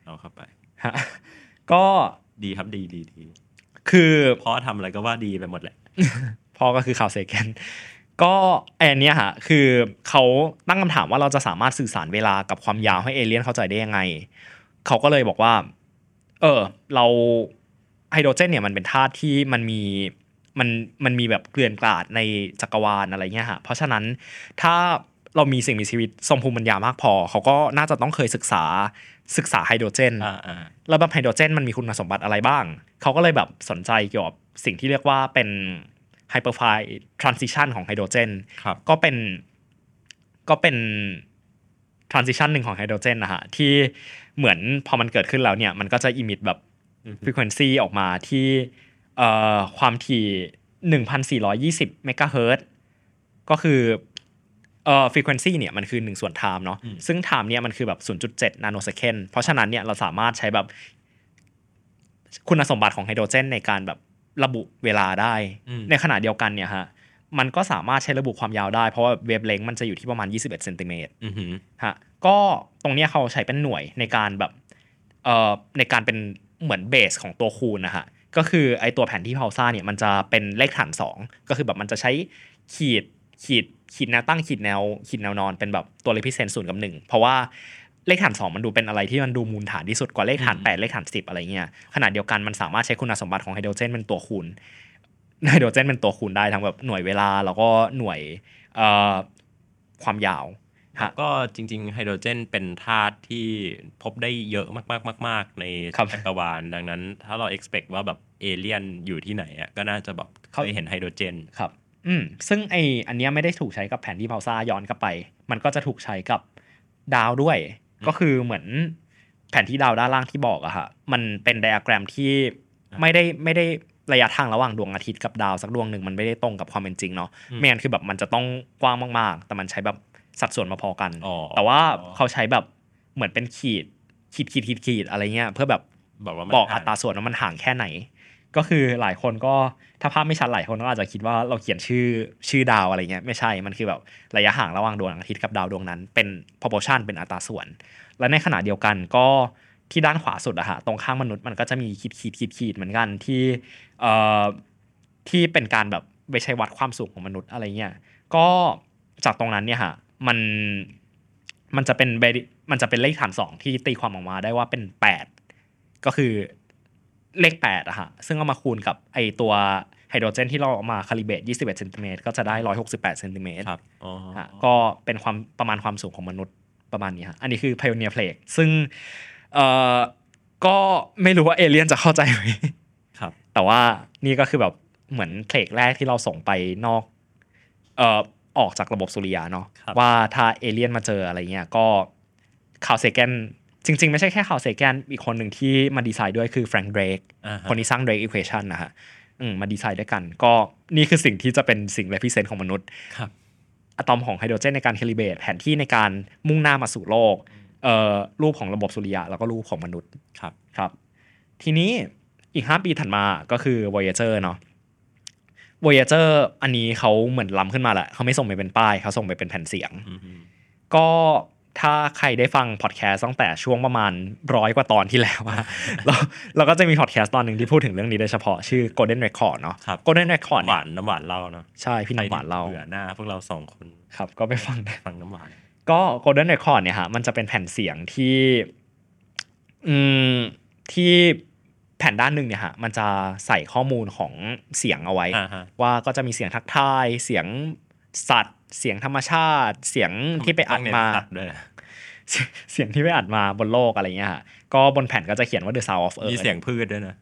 [SPEAKER 4] เอาเข้าไป
[SPEAKER 3] ฮะก็
[SPEAKER 4] ดีครับดีดีดี
[SPEAKER 3] คือ
[SPEAKER 4] พ่อทำอะไรก็ว่าดีไปหมดแหละ
[SPEAKER 3] พ่อก็คือข่าวเซแกน ก็แอนเนี้ยฮะคือเขาตั้งคำถามว่าเราจะสามารถสื่อสารเวลากับความยาวให้เอเลี่ยนเข้าใจได้ยังไง เขาก็เลยบอกว่า เออ เราไฮโดรเจนเนี่ยมันเป็นธาตุที่มันมีมันมันมีแบบเกลื่อนกลาดในจักรวาลอะไรเงี้ยฮะเพราะฉะนั้นถ้าเรามีสิ่งมีชีวิตทรงภูมิปัญญามากพอ เขาก็น่าจะต้องเคยศึกษาศึกษาไฮโดรเจน
[SPEAKER 4] อ่าอ่า
[SPEAKER 3] แล้วแบบไฮโดรเจนมันมีคุณสมบัติอะไรบ้าง เขาก็เลยแบบสนใจเกี่ยวกับสิ่งที่เรียกว่าเป็นไฮเปอร์ไฟทรานซิชันของไฮโดรเจน
[SPEAKER 4] ครับ
[SPEAKER 3] ก็เป็นก็เป็น transition หนึ่งของไฮโดรเจนนะฮะ ที่เหมือนพอมันเกิดขึ้นแล้วเนี่ย มันก็จะ emit แบบ frequency ออกมาที่เอ่อความถี่ 1,420 เมกะเฮิรตซ์ก็คือเอ่อ frequency เนี่ยมันคือ 1 ส่วน time เนาะซึ่ง time เนี่ยมันคือแบบ 0.7 นาโนเซเคน์เพราะฉะนั้นเนี่ยเราสามารถใช้แบบคุณสมบัติของไฮโดรเจน ในการแบบระบุเวลาได้ ในขณะเดียวกันเนี่ยฮะ มันก็สามารถใช้ระบุความยาวได้ เพราะว่าเวฟเลงมันจะอยู่ที่ประมาณ 21เซนติเมตร
[SPEAKER 4] อือหือ
[SPEAKER 3] ฮะ ก็ตรงเนี้ยเขาใช้เป็นหน่วยในการแบบเอ่อในการเป็นเหมือนเบสของตัวคูณนะฮะ ก็คือไอตัวแผนที่พาวซ่าเนี่ยมันจะเป็นเลขฐาน 2 ก็คือแบบมันจะใช้ขีดขีดขีดแนวตั้งขีดแนวขีดแนวนอนเป็นแบบตัวเลขพิเศษศูนย์กับหนึ่งเพราะว่าเลขฐาน 2 มันดูเป็นอะไรที่มันดูมูลฐานที่สุดกว่าเลขฐานแปดเลขฐานสิบอะไรเงี้ยขณะเดียวกันมันสามารถใช้คุณสมบัติของไฮโดรเจนเป็นตัวคูณ ไฮโดรเจนเป็นตัวคูณได้ทั้งแบบหน่วยเวลาแล้วก็หน่วยเอ่อความยาว ฮะ
[SPEAKER 4] ก็จริง ๆ ไฮโดรเจนเป็นธาตุที่พบได้เยอะมาก ๆ ๆ ๆ ใน
[SPEAKER 3] ครับ
[SPEAKER 4] จักรวาลดังนั้น ถ้าเรา expect ว่าแบบเอเลี่ยนอยู่ที่ไหนอะก็น่าจะแบบ
[SPEAKER 3] ค
[SPEAKER 4] เครับ ยเห็นไฮโดรเจน
[SPEAKER 3] ครับ อืม ซึ่งไออันเนี้ยไม่ได้ถูกใช้กับแผนที่พาวซ่าย้อนกลับไป มันก็จะถูกใช้กับดาวด้วย ก็คือเหมือนแผนที่ดาวด้านล่างที่บอกอะฮะ มันเป็นไดอะแกรมที่ไม่ได้ไม่ได้ระยะทางระหว่างดวงอาทิตย์กับดาวสักดวงหนึ่งมันไม่ได้ตรงกับความเป็นจริงเนาะ
[SPEAKER 4] อืม
[SPEAKER 3] ไม่งั้นคือแบบมันจะต้องกว้างมากๆ แต่มันใช้แบบสัดส่วนมาพอกัน
[SPEAKER 4] อ๋อ
[SPEAKER 3] แต่ว่าเขาใช้แบบเหมือนเป็นขีดขีดขีดขีดขีดอะไรเงี้ยเพื่อแบบ
[SPEAKER 4] บอกว่ามัน
[SPEAKER 3] บอก
[SPEAKER 4] ผ่
[SPEAKER 3] อั
[SPEAKER 4] น
[SPEAKER 3] ตราส่วนว่ามันห่างแค่ไหน ก็คือหลายคนก็ถ้าภาพไม่ชัดหลายคนก็อาจจะคิดว่าเราเขียนชื่อชื่อดาวอะไรเงี้ยไม่ใช่มันคือแบบระยะห่างระหว่างดวงอาทิตย์กับดาวดวงนั้นเป็น proportion เป็นอัตราส่วน และในขณะเดียวกันก็ที่ด้านขวาสุดอะฮะตรงข้างมนุษย์มันก็จะมีขีดขีดขีดขีดเหมือนกันที่เอ่อที่เป็นการแบบไปใช้วัดความสูงของมนุษย์อะไรเงี้ยก็จากตรงนั้นเนี่ยฮะมันมันจะเป็น very- มันจะเป็นเลขฐานสองที่ตีความออกมาได้ว่าเป็น 8 ก็คือเลข8อะฮะซึ่งเอามาคูณกับไอตัวไฮโดรเจนที่เราเอามาคาลิเบต21เซนติเมตรก็จะได้ 168เซนติเมตร
[SPEAKER 4] ครับอ๋อ
[SPEAKER 3] ฮะก็เป็นความประมาณความสูงของมนุษย์ประมาณนี้ฮะอันนี้คือ Pioneer Plague ซึ่งเอ่อก็ไม่รู้ว่าเอเลี่ยนจะเข้าใจไหม
[SPEAKER 4] ครับ
[SPEAKER 3] แต่ว่านี่ก็คือแบบเหมือนเพลกแรกที่เราส่งไปนอกเอ่อออกจากระบบสุริยะเนาะ
[SPEAKER 4] ครับ
[SPEAKER 3] ว่าถ้าเอเลี่ยนมาเจออะไรเงี้ยก็คาวเซแกนจริง ๆ ไม่ใช่แค่คาวเซแกนอีกคนหนึ่งที่มาดีไซน์ด้วยคือแฟรงค์เดรก
[SPEAKER 4] อ่าฮะ
[SPEAKER 3] คนที่สร้าง Drake Equation นะฮะอืมมาดีไซน์ด้วยกัน ก็นี่คือสิ่งที่จะเป็นสิ่ง represent ของมนุษย์
[SPEAKER 4] ครับ
[SPEAKER 3] อะตอมของไฮโดรเจนในการแคลิเบตแผนที่ในการมุ่งหน้ามาสู่โลกเอ่อรูปของระบบสุริยะ แล้วก็รูปของมนุษย์
[SPEAKER 4] ครับ
[SPEAKER 3] ครับ ทีนี้อีก 5 ปีถัดมาก็คือ Voyager เนาะ Voyager อันนี้เขาเหมือนล้ำขึ้นมาแหละเขาไม่ส่งไปเป็นป้ายเขาส่งไปเป็นแผ่นเสียง
[SPEAKER 4] อืม
[SPEAKER 3] ก็ถ้าใครได้ฟังพอดแคสต์ตั้งแต่ช่วงประมาณร้อยกว่าตอนที่แล้วอะ เราเราก็จะมีพอดแคสต์ตอนหนึ่งที่พูดถึงเรื่องนี้โดยเฉพาะชื่อ Golden Record เนาะ
[SPEAKER 4] ครับ
[SPEAKER 3] Golden Record เนี่ยว
[SPEAKER 4] หานน้ำหวานเล่าเนาะ
[SPEAKER 3] ใช่พี่น้ำหวานเรา
[SPEAKER 4] ใคที่เบื่อหน้าพวกเราสองคน
[SPEAKER 3] ครับก็ไปฟังได้
[SPEAKER 4] ฟังน้ำหวาน
[SPEAKER 3] ก็ Golden Record เนี่ยฮะมันจะเป็นแผ่นเสียงที่อืมที่แผ่นด้านหนึ่งเนี่ยฮะมันจะใส่ข้อมูลของเสียงเอาไว้
[SPEAKER 4] อ่าฮะ
[SPEAKER 3] ว่าก็จะมีเสียงทักทายเสียงสัตว์ เสียงธรรมชาติ เสียงที่ไปอัด
[SPEAKER 4] ต้องเน้น
[SPEAKER 3] มา
[SPEAKER 4] ตัดด้วย
[SPEAKER 3] เสียง เสียงที่ไปอัดมาบนโลกอะไรเงี้ยฮะก็บนแผ่นก็จะเขียนว่า The Sound of Earth
[SPEAKER 4] มีเสียงพืชด้วยนะ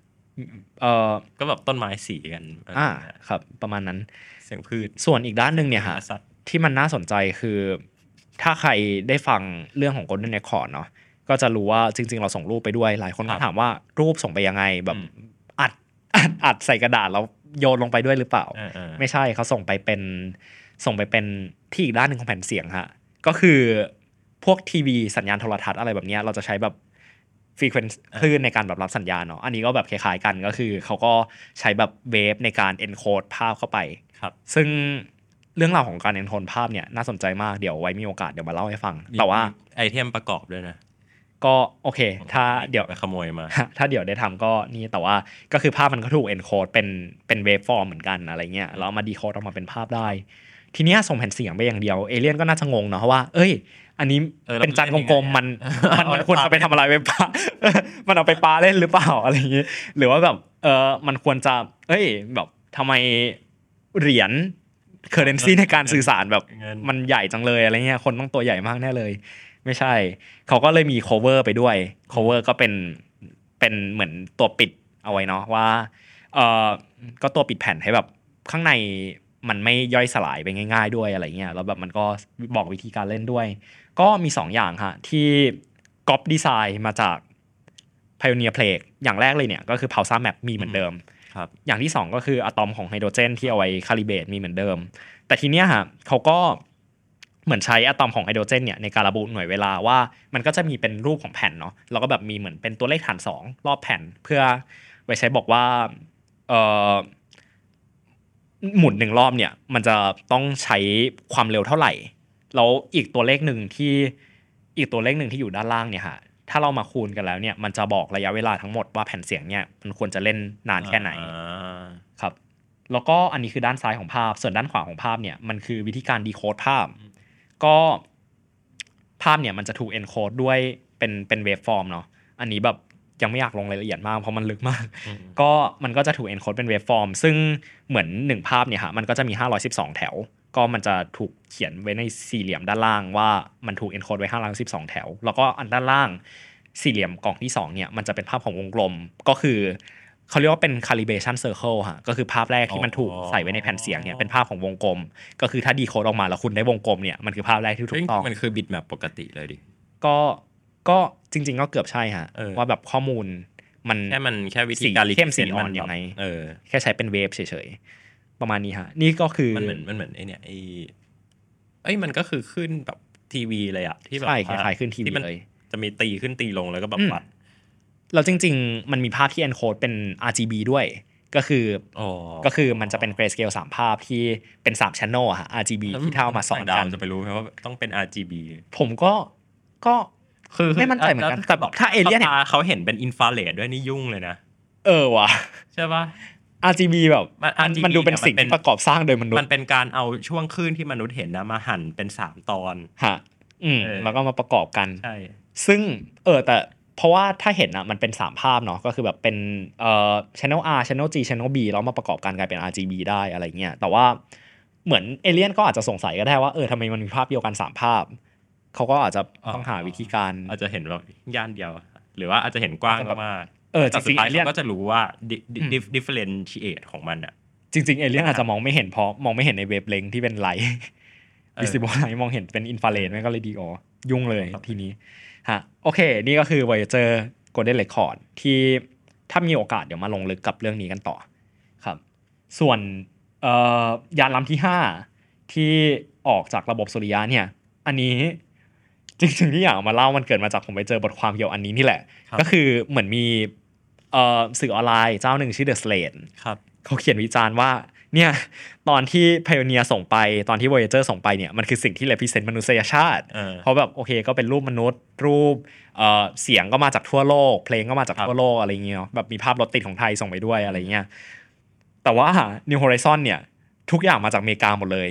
[SPEAKER 3] เออ
[SPEAKER 4] ก็แบบต้นไม้สีกันอะไร
[SPEAKER 3] อ่า
[SPEAKER 4] เงี้ย
[SPEAKER 3] ครับประมาณนั้น
[SPEAKER 4] เสียงพืช
[SPEAKER 3] ส่วนอีกด้านหนึ่งเนี่ยฮะ
[SPEAKER 4] สัตว์
[SPEAKER 3] ที่มันน่าสนใจคือ ถ้าใครได้ฟังเรื่องของ Golden Record เนาะก็จะรู้ว่าจริง ๆ เราส่งรูปไปด้วย หลายคน
[SPEAKER 4] ครั
[SPEAKER 3] ก็
[SPEAKER 4] บ
[SPEAKER 3] ถามว่ารูปส่งไปยังไงแบบ
[SPEAKER 4] อืม
[SPEAKER 3] อัด อัดอัดใส่กระดาษแล้วโยนลงไปด้วยหรือเปล่า
[SPEAKER 4] เออเออ
[SPEAKER 3] ไม่ใช่เขาส่งไปเป็นส่งไปเป็นที่อีกด้านหนึ่งของแผ่นเสียงฮะก็คือพวกทีวีสัญญาณโทรทัศน์อะไรแบบเนี้ยเราจะใช้แบบฟรีเควนซ์คลื่นในการแบบรับสัญญาณเนาะอันนี้ก็แบบคล้ายๆกันก็คือเขาก็ใช้แบบเวฟในการเอนโคดภาพเข้าไป
[SPEAKER 4] ครับ
[SPEAKER 3] ซึ่งเรื่องราวของการเอนโทนภาพเนี่ยน่าสนใจมากเดี๋ยวไว้มีโอกาสเดี๋ยวมาเล่าให้ฟัง แต่ว่า
[SPEAKER 4] ไอเทมประกอบด้วยนะ
[SPEAKER 3] ก็โอเค ถ้าเดี๋ยว
[SPEAKER 4] ไปขโมยมา
[SPEAKER 3] ถ้าเดี๋ยวได้ทำก็นี่แต่ว่าก็คือภาพมันก็ถูกเอนโคดเป็นเป็นเวฟฟอร์มเหมือนกันอะไรเงี้ยแล้วเอามาดีโคดออกมาเป็นภาพได้ ทีเนี้ยส่งแผ่นเสียงไปอย่างเดียวเอเลี่ยนก็น่าจะงงเนาะว่า เอ้ย อันนี้
[SPEAKER 4] เออแล้ว
[SPEAKER 3] เป็นจานกลมๆมันมัน
[SPEAKER 4] เอา
[SPEAKER 3] มัน
[SPEAKER 4] ไป
[SPEAKER 3] ควร
[SPEAKER 4] ปา
[SPEAKER 3] เอาไปทำอะไร ไปปา มันเอาไปปาเล่นหรือเปล่าอะไรอย่างงี้หรือว่าแบบเออมันควรจะ เอ้ยแบบทำไมเหรียญเคอร์เรนซีในการสื่อสารแบบ
[SPEAKER 4] เงิน
[SPEAKER 3] มันใหญ่จังเลยอะไรเงี้ย คนต้องตัวใหญ่มากแน่เลย ไม่ใช่ เขาก็เลยมี cover ไปด้วย cover ก็เป็น เป็นเหมือนตัวปิดเอาไว้เนาะว่า เออก็ตัวปิดแผ่นให้แบบข้างในมันไม่ย่อยสลายไปง่าย ๆ ด้วยอะไรเงี้ย แล้วแบบมันก็บอกวิธีการเล่นด้วย ก็มี 2 อย่างฮะที่ก๊อปดีไซน์มาจาก Pioneer Plague อย่างแรกเลยเนี่ยก็คือ p u l s a r Map มีเหมือนเดิม
[SPEAKER 4] ครับ
[SPEAKER 3] อย่างที่ 2 ก็คืออะตอมของไฮโดรเจนที่เอาไว้คาลิเบตมีเหมือนเดิม แต่ทีเนี้ยฮะเขาก็เหมือนใช้อะตอมของไฮโดรเจนเนี่ยในการระบุหน่วยเวลาว่ามันก็จะมีเป็นรูปของแผ่นเนาะแล้วก็แบบมีเหมือนเป็นตัวเลขฐาน 2 รอบแผ่นเพื่อไว้ใช้บอกว่าเออหมุนหนึ่งรอบเนี่ยมันจะต้องใช้ความเร็วเท่าไหร่ แล้วอีกตัวเลขหนึ่งที่อีกตัวเลขหนึ่งที่อยู่ด้านล่างเนี่ยฮะถ้าเรามาคูณกันแล้วเนี่ยมันจะบอกระยะเวลาทั้งหมดว่าแผ่นเสียงเนี่ยมันควรจะเล่นนานแค่ไหน
[SPEAKER 4] อ่า
[SPEAKER 3] ครับแล้วก็อันนี้คือด้านซ้ายของภาพ ส่วนด้านขวาของภาพเนี่ยมันคือวิธีการดีโคดภาพ ก็ภาพเนี่ยมันจะถูกเอนโคดด้วยเป็นเป็นเวฟฟอร์มเนาะอันนี้แบบยังไม่อยากลงรายละเอียดมากเพราะมันลึกมาก
[SPEAKER 4] อืม
[SPEAKER 3] ก็มันก็จะถูกเอนโคดเป็นเวฟฟอร์มซึ่งเหมือน 1 ภาพเนี่ยฮะมันก็จะมี 512 แถว ก็มันจะถูกเขียนไว้ในสี่เหลี่ยมด้านล่างว่ามันถูกเอนโคดไว้512 แถว แล้วก็อันด้านล่างสี่เหลี่ยมกล่องที่สองเนี่ยมันจะเป็นภาพของวงกลมก็คือเขาเรียกว่าเป็น calibration circle ฮะก็คือภาพแรกที่มันถูกใส่ไว้ในแผ่นเสียงเนี่ยเป็นภาพของวงกลม ก็คือถ้าดีโคดออกมาแล้วคุณได้วงกลมเนี่ยมันคือภาพแรกที่ถู
[SPEAKER 4] ซึ่ง
[SPEAKER 3] กต้อง
[SPEAKER 4] มันคือบิดแมปปกติเลยดิ
[SPEAKER 3] ก็ก็จริง ๆ ก็เกือบใช่ฮะ
[SPEAKER 4] เออ
[SPEAKER 3] ว่าแบบข้อมูลมัน
[SPEAKER 4] แค่มันแค่วิ
[SPEAKER 3] สี
[SPEAKER 4] ธีการ
[SPEAKER 3] เข้ม
[SPEAKER 4] represent
[SPEAKER 3] สีอ่อน
[SPEAKER 4] มั
[SPEAKER 3] ยังไง
[SPEAKER 4] เออ
[SPEAKER 3] แค่ใช้เป็นเวฟเฉยๆ ประมาณนี้ฮะ นี่ก็คือ
[SPEAKER 4] มันเหมือนมันเหมือนไอเนี่ยไอเอ้ยมันก็คือขึ้นแบบทีวีเลยอะที่แบบ
[SPEAKER 3] ใช่คล้ายๆขึ้นทีวี
[SPEAKER 4] มั
[SPEAKER 3] เลย
[SPEAKER 4] จะมีตีขึ้นตีลงแล้วก็แบบปัด
[SPEAKER 3] เราจริง ๆ มันมีภาพที่ encode เป็น RGB ด้วย ก็คือ
[SPEAKER 4] อ๋อ
[SPEAKER 3] ก็คือมันจะเป็นเกร s เกลสามภาพที่เป็นสามชั้นโนอะฮะ RGB ที่เท่ามาสอน
[SPEAKER 4] ดา
[SPEAKER 3] กั
[SPEAKER 4] วน จะไปรู้ไหมว่าต้องเป็น RGB
[SPEAKER 3] ผมก็ก็
[SPEAKER 4] คือ
[SPEAKER 3] ไม่มั่นใจเหมือนกันแต่แบบถ้า alien เนี่ย
[SPEAKER 4] ตเขาเห็นเป็นอินฟราเรดด้วยนี่ยุ่งเลยนะ
[SPEAKER 3] เออว่ะ
[SPEAKER 4] ใช่ปะ
[SPEAKER 3] RGB แบบ
[SPEAKER 4] มัน RGB
[SPEAKER 3] มันดูเป็น
[SPEAKER 4] เนี่ยมัน
[SPEAKER 3] สิ่ง
[SPEAKER 4] เป็น
[SPEAKER 3] ที่ประกอบสร้างโดยมนุษ
[SPEAKER 4] มัน
[SPEAKER 3] ย์
[SPEAKER 4] เป็นการเอาช่วงคลื่นที่มนุษย์เห็นนะมาหั่นเป็นสามตอน
[SPEAKER 3] ฮะอืม
[SPEAKER 4] เออ
[SPEAKER 3] แล้วก็มาประกอบกัน
[SPEAKER 4] ใช่
[SPEAKER 3] ซึ่งเออแต่เพราะว่าถ้าเห็นอ่ะมันเป็น 3 ภาพเนาะก็คือแบบเป็นเอ่อ channel R channel G channel B แล้วมาประกอบกันกลายเป็น RGB ได้อะไรเงี้ยแต่ว่าเหมือนเอเลี่ยนก็อาจจะสงสัยก็ได้ว่าเออทำไมมันมีภาพเดียวกัน 3 ภาพ เขาก็อาจจะต้องหาวิธีการ
[SPEAKER 4] อาจจะเห็นแบบย่านเดียว หรือว่าอาจจะเห็นกว้างมาก
[SPEAKER 3] เออจ
[SPEAKER 4] ๆแต่สุด
[SPEAKER 3] ริงๆ
[SPEAKER 4] ท้า
[SPEAKER 3] เอย เลี่ยน
[SPEAKER 4] เราก็จะรู้ว่า di- di- dif- differentiate ของมันอ่ะ
[SPEAKER 3] จริงๆเอเลี่ยนอาจจะมองไม่เห็นเพราะมองไม่เห็นในเวฟเลงที่เป็นไลท์
[SPEAKER 4] เออ
[SPEAKER 3] วิสิบอลไลท์มองเห็นเป็นอินฟราเรดมันก็เลยดีอ๋อยุ่งเลยทีนี้ฮะโอเค นี่ก็คือ Voyager Golden Record ที่ถ้ามีโอกาสเดี๋ยวมาลงลึกกับเรื่องนี้กันต่อครับ ส่วนเอ่อยานลำที่ 5 ที่ออกจากระบบสุริยะเนี่ย อันนี้จริงๆที่อยากเอามาเล่ามันเกิดมาจากผมไปเจอบทความเกี่ยวอันนี้นี่แหละ
[SPEAKER 4] ครับ
[SPEAKER 3] ก็คือเหมือนมีเอ่อสื่อออนไลน์เจ้าหนึ่งชื่อ The Slate
[SPEAKER 4] ครับ
[SPEAKER 3] เขาเขียนวิจารณ์ว่าเนี่ยตอนที่ Pioneer ส่งไปตอนที่ Voyager ส่งไปเนี่ยมันคือสิ่งที่ represent มนุษยชาติ
[SPEAKER 4] เออ
[SPEAKER 3] เพราะแบบโอเคก็เป็นรูปมนุษย์ รูปเอ่อเสียงก็มาจากทั่วโลก เพลงก็มาจากทั่วโลกอะไรเงี้ยเนอะแบบมีภาพรถติดของไทยส่งไปด้วยอะไรเงี้ยแต่ว่า New Horizon เนี่ยทุกอย่างมาจากอเมริกาหมดเลย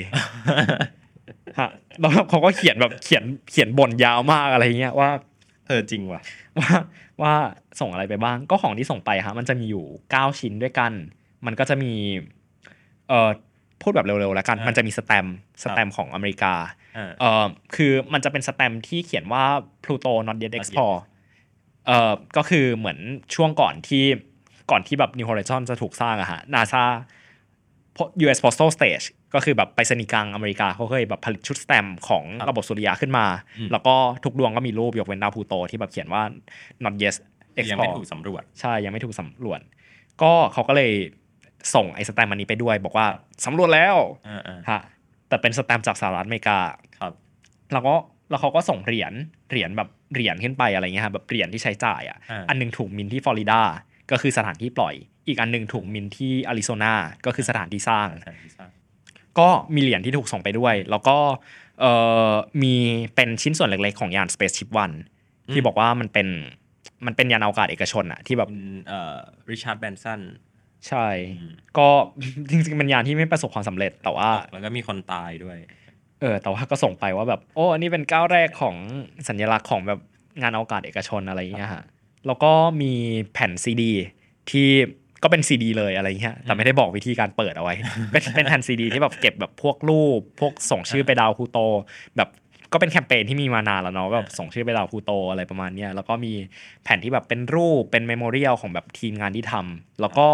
[SPEAKER 3] ฮะแล้วเขาก็เขียนแบบเขียนเขียนบ่นยาวมากอะไรเงี้ยว่า
[SPEAKER 4] เออจริงว่ะ
[SPEAKER 3] ว่าว่าส่งอะไรไปบ้างก็ของที่ส่งไปฮะมันจะมีอยู่ 9 ชิ้นด้วยกัน มันก็จะมีเอ่อพูดแบบเร็วๆแล้วกัน
[SPEAKER 4] อ่ามั
[SPEAKER 3] มันจะมีสแตมป์สแตมป์ของอเมริกา
[SPEAKER 4] อ่า
[SPEAKER 3] เอ่อคือมันจะเป็นสแตมป์ที่เขียนว่า Pluto not yet explored เอ่อก็คือเหมือนช่วงก่อนที่ก่อนที่แบบ New Horizon จะถูกสร้างอะฮะนาซา U.S. Postal Stage ก็คือแบบไปสนีย์กลางอเมริกาเขาเคยแบบผลิตชุดสแตมป์ของระบบสุริยะขึ้นมา
[SPEAKER 4] อืม
[SPEAKER 3] แล้วก็ทุกดวงก็มีรูปยกเว้นดาวพลูโตที่แบบเขียนว่า not yes
[SPEAKER 4] ยังไม่
[SPEAKER 3] export
[SPEAKER 4] ถูกสำรวจ
[SPEAKER 3] ใช่ ยังไม่ถูกสำรวจ ก็เขาก็เลยส่งไอ้สแตมป์อันนี้ไปด้วย บอกว่าสำรวจแล้ว
[SPEAKER 4] อ่าอ่า
[SPEAKER 3] ฮะแต่เป็นสแตมป์จากสหรัฐอเมริกา
[SPEAKER 4] ครับ
[SPEAKER 3] แล้วก็แล้วเขาก็ส่งเหรียญเหรียญแบบเหรียญขึ้นไปอะไรเงี้ยฮะแบบเหรียญที่ใช้จ่ายอ่ะ
[SPEAKER 4] อ่า
[SPEAKER 3] อันหนึงถูกมินที่ฟลอริดาก็คือสถานที่ปล่อย อีกอันหนึงถูกมินที่อาริโซนาก็คือสถานที่สร้าง
[SPEAKER 4] ใช่ใช่
[SPEAKER 3] ก็มีเหรียญที่ถูกส่งไปด้วย แล้วก็เอ่อมีเป็นชิ้นส่วนเล็กๆของยาน Spaceship One ที่บอกว่ามันเป็นมันเป็นยานอวกาศเอกชนอะที่แบบ
[SPEAKER 4] คุณเอ่อริชาร์ดแบนสัน
[SPEAKER 3] ใช่
[SPEAKER 4] อืม
[SPEAKER 3] ก็ จริงๆเป็นยานที่ไม่ประสบความสำเร็จ แต่ว่า
[SPEAKER 4] แล้วก็มีคนตายด้วย
[SPEAKER 3] เออ แต่ว่าก็ส่งไปว่าแบบ โอ้ อันนี้เป็นก้าวแรกของสัญลักษณ์ของแบบงานอวกาศเอกชนอะไรอย่างเงี้ยฮะ แล้วก็มีแผ่นซีดี ที่ก็เป็นซีดีเลยอะไรเงี้ย แต่ไม่ได้บอกวิธีการเปิดเอาไว้ เป็นเป็นแผ่นซีดีที่แบบเก็บแบบพวกรูป พวกส่งชื่อไปดาวพลูโต แบบก็เป็นแคมเปญที่มีมานานแล้วเนาะแบบส่งชื่อไปดาวพลูโตอะไรประมาณเนี้ย แล้วก็มีแผ่นที่แบบเป็นรูป เป็นเมมโมเรียลของแบบทีมงานที่ทำ แล้วก็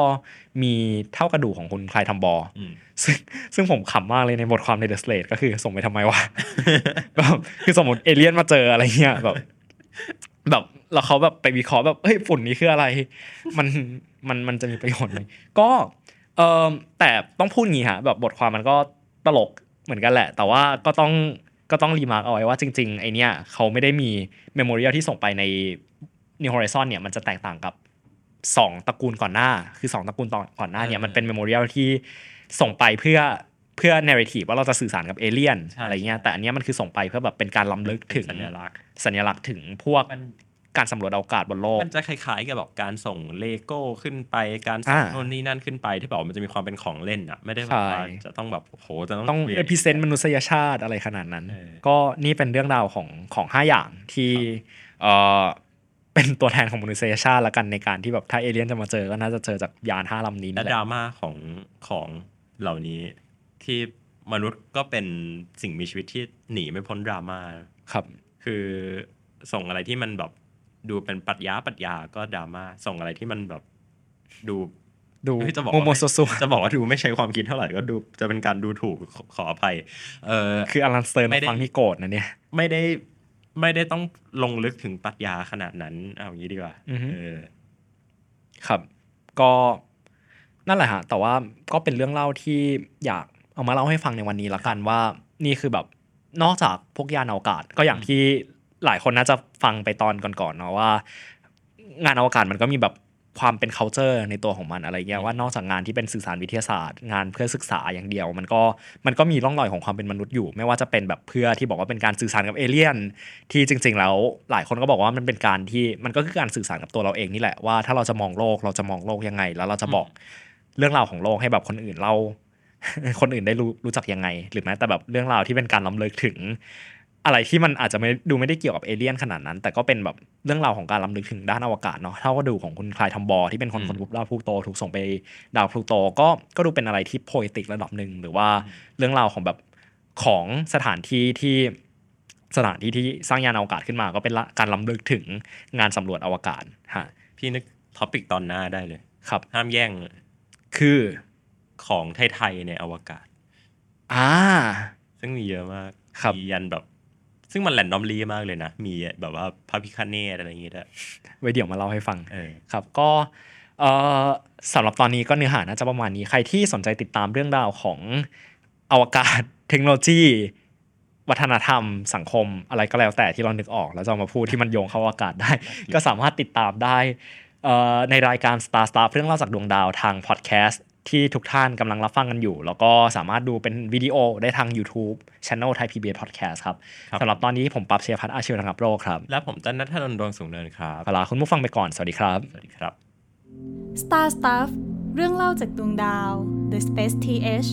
[SPEAKER 3] มีเท่ากระดูกของคุณคลายทำบอ
[SPEAKER 4] อืม
[SPEAKER 3] ซึ่งซึ่งผมขำมากเลยในบทความใน The Slate ก็คือส่งไปทำไมวะ แบบคือสมมติเอเลี่ยนมาเจออะไรเงี้ยแบบ แบบแล้วเขาแบบไปวิเคราะห์แบบเฮ้ยฝุ่นนี้คืออะไร มันมันมันจะมีประโยชน์ไหมก็เออแต่ต้องพูดงี้ฮะแบบบทความมันก็ตลกเหมือนกันแหละ แต่ว่าก็ต้องก็ต้องรีมาร์กเอาไว้ว่าจริง ๆ ไอเนี้ยเขาไม่ได้มีเมมโมเรียลที่ส่งไปใน New Horizon เนี่ยมันจะแตกต่างกับ 2 ตระกูลก่อนหน้า คือ 2 ตระกูลตอนก่อนหน้าเนี่ย
[SPEAKER 4] เออ
[SPEAKER 3] มันเป็นเมมโมเรียลที่ส่งไปเพื่อเพื่อ narrative ว่าเราจะสื่อสารกับเอเลี่ยน
[SPEAKER 4] ใช่
[SPEAKER 3] อะไรเงี้ยแต่อันเนี้ยมันคือส่งไปเพื่อแบบเป็นการล้ำลึกถึง
[SPEAKER 4] สัญลักษณ์
[SPEAKER 3] สัญลักษณ์ถึงพวก
[SPEAKER 4] มัน
[SPEAKER 3] การสำรวจอวกาศบนโลก
[SPEAKER 4] มันจะคล้ายๆกับแบบการส่งเลโก้ขึ้นไปการ
[SPEAKER 3] อ่า
[SPEAKER 4] ส่งโน่นนี่นั่นขึ้นไปที่บอกว่ามันจะมีความเป็นของเล่นอะไม่ได้แบบว่า
[SPEAKER 3] ใช่
[SPEAKER 4] จะต้องแบบโหจะต้อง
[SPEAKER 3] ต้อง
[SPEAKER 4] รียน
[SPEAKER 3] เอพิเซนต์มนุษยชาติอะไรขนาดนั้น
[SPEAKER 4] เออ
[SPEAKER 3] ก็นี่เป็นเรื่องราวของของห้าอย่างที่เออ เป็นตัวแทนของมนุษยชาติละกันในการที่แบบถ้าเอเลี่ยนจะมาเจอก็น่าจะเจอจากยานห้าลำนี้
[SPEAKER 4] และ
[SPEAKER 3] นี่แหละ
[SPEAKER 4] ดราม่าของของเหล่านี้ที่มนุษย์ก็เป็นสิ่งมีชีวิตที่หนีไม่พ้นดราม่า
[SPEAKER 3] ครับ
[SPEAKER 4] คือส่งอะไรที่มันแบบดูเป็นปรัชญาปรัชญาก็ดราม่าส่งอะไรที่มันแบบดู
[SPEAKER 3] ดู
[SPEAKER 4] เฮ้ยจะบอก
[SPEAKER 3] โม
[SPEAKER 4] ว่า
[SPEAKER 3] โมโซซุ
[SPEAKER 4] จะบอกว่าดูไม่ใช้ความคิดเท่าไหร่ก็ดูจะเป็นการดูถูกขอขออภัย เออ
[SPEAKER 3] คืออลันสเตอร์น
[SPEAKER 4] ไม่ได้
[SPEAKER 3] ฟังนี่โกรธนะเนี่ย
[SPEAKER 4] ไม่ได้ไม่ได้ต้องลงลึกถึงปรัชญาขนาดนั้นเอาอย่างนี้ดีกว่า
[SPEAKER 3] อือฮึ
[SPEAKER 4] เออ
[SPEAKER 3] ครับ ก็นั่นแหละฮะ แต่ว่าก็เป็นเรื่องเล่าที่อยากเอามาเล่าให้ฟังในวันนี้ละกันว่า นี่คือแบบนอกจากพวกยานอวกาศ ก็อย่างที่หลายคนน่าจะฟังไปตอนก่อนๆเนาะว่า งานอวกาศมันก็มีแบบ ความเป็น culture ในตัวของมันอะไรเงี้ยว่านอกจากงานที่เป็นสื่อสารวิทยาศาสตร์ งานเพื่อศึกษาอย่างเดียว มันก็มันก็มีร่องรอยของความเป็นมนุษย์อยู่ ไม่ว่าจะเป็นแบบเพื่อที่บอกว่าเป็นการสื่อสารกับเอเลี่ยน ที่จริง ๆ แล้วหลายคนก็บอกว่ามันเป็นการที่มันก็คือการสื่อสารกับตัวเราเองนี่แหละว่าถ้าเราจะมองโลกเราจะมองโลกยังไง แล้วเราจะบอกเรื่องราวของโลกให้แบบคนอื่นเรา คนอื่นได้รู้รู้จักยังไง หรือแม้แต่แบบเรื่องราวที่เป็นการล้ำเลิกถึง อะไรที่มันอาจจะไม่ดูไม่ได้เกี่ยวกับเอเลี่ยนขนาดนั้น แต่ก็เป็นแบบเรื่องราวของการล้ำลึกถึงด้านอวกาศเนาะเท่าก็ดูของคุณคลายทอมบอร์ที่เป็นคน
[SPEAKER 4] อืม
[SPEAKER 3] คนพบดาวพลูโตถูกส่งไปดาวพลูโตก็ก็ดูเป็นอะไรที่โพยติกระดับหนึ่งหรือว่าเรื่องราวของแบบของสถานที่ที่สถานที่ที่สร้างยานอวกาศขึ้นมา ก็เป็นละการล้ำลึกถึงงานสำรวจอวกาศฮะ
[SPEAKER 4] พี่นึกท็อปิกตอนหน้าได้เลย
[SPEAKER 3] ครับ
[SPEAKER 4] ห้ามแย่งเลย
[SPEAKER 3] คือ
[SPEAKER 4] ของไทยๆในอวกาศ
[SPEAKER 3] อ่า
[SPEAKER 4] ซึ่งมีเยอะมาก
[SPEAKER 3] ครับ
[SPEAKER 4] มียันแบบ ซึ่งมันแหลนดอมลีมากเลยนะ มีแบบว่าพระพิคเนตอะไรอย่างงี้ด้วย
[SPEAKER 3] ไว้เดี๋ยวมาเล่าให้ฟัง
[SPEAKER 4] เออ
[SPEAKER 3] ครับก็เอ่อสำหรับตอนนี้ก็เนื้อหาน่าจะประมาณนี้ใครที่สนใจติดตามเรื่องราวของอวกาศ เทคโนโลยี วัฒนธรรม สังคมอะไรก็แล้วแต่ที่เรานึกออก แล้วจะเอามาพูดที่มันโยงเข้าอวกาศ ได้ ก็สามารถติดตามได้เอ่อในรายการ Star Star เรื่องเล่าจากดวงดาวทางพอดแคสต์ที่ทุกท่านกำลังรับฟังกันอยู่ แล้วก็สามารถดูเป็นวิดีโอได้ทาง YouTube Channel Thai PBS Podcast ครับ
[SPEAKER 4] ครับ
[SPEAKER 3] สำหรับตอนนี้ผมปรับเชียร์พัฒน์อาชีวรังกับโรคครับ
[SPEAKER 4] แล้วผมต้นนัทธนนท์ดวงสูงเนินครับ
[SPEAKER 3] ขอลาคุณผู้ฟังไปก่อนสวัสดีครับ
[SPEAKER 4] สวัสดีครับ
[SPEAKER 2] Star Stuff เรื่องเล่าจากดวงดาว The Space TH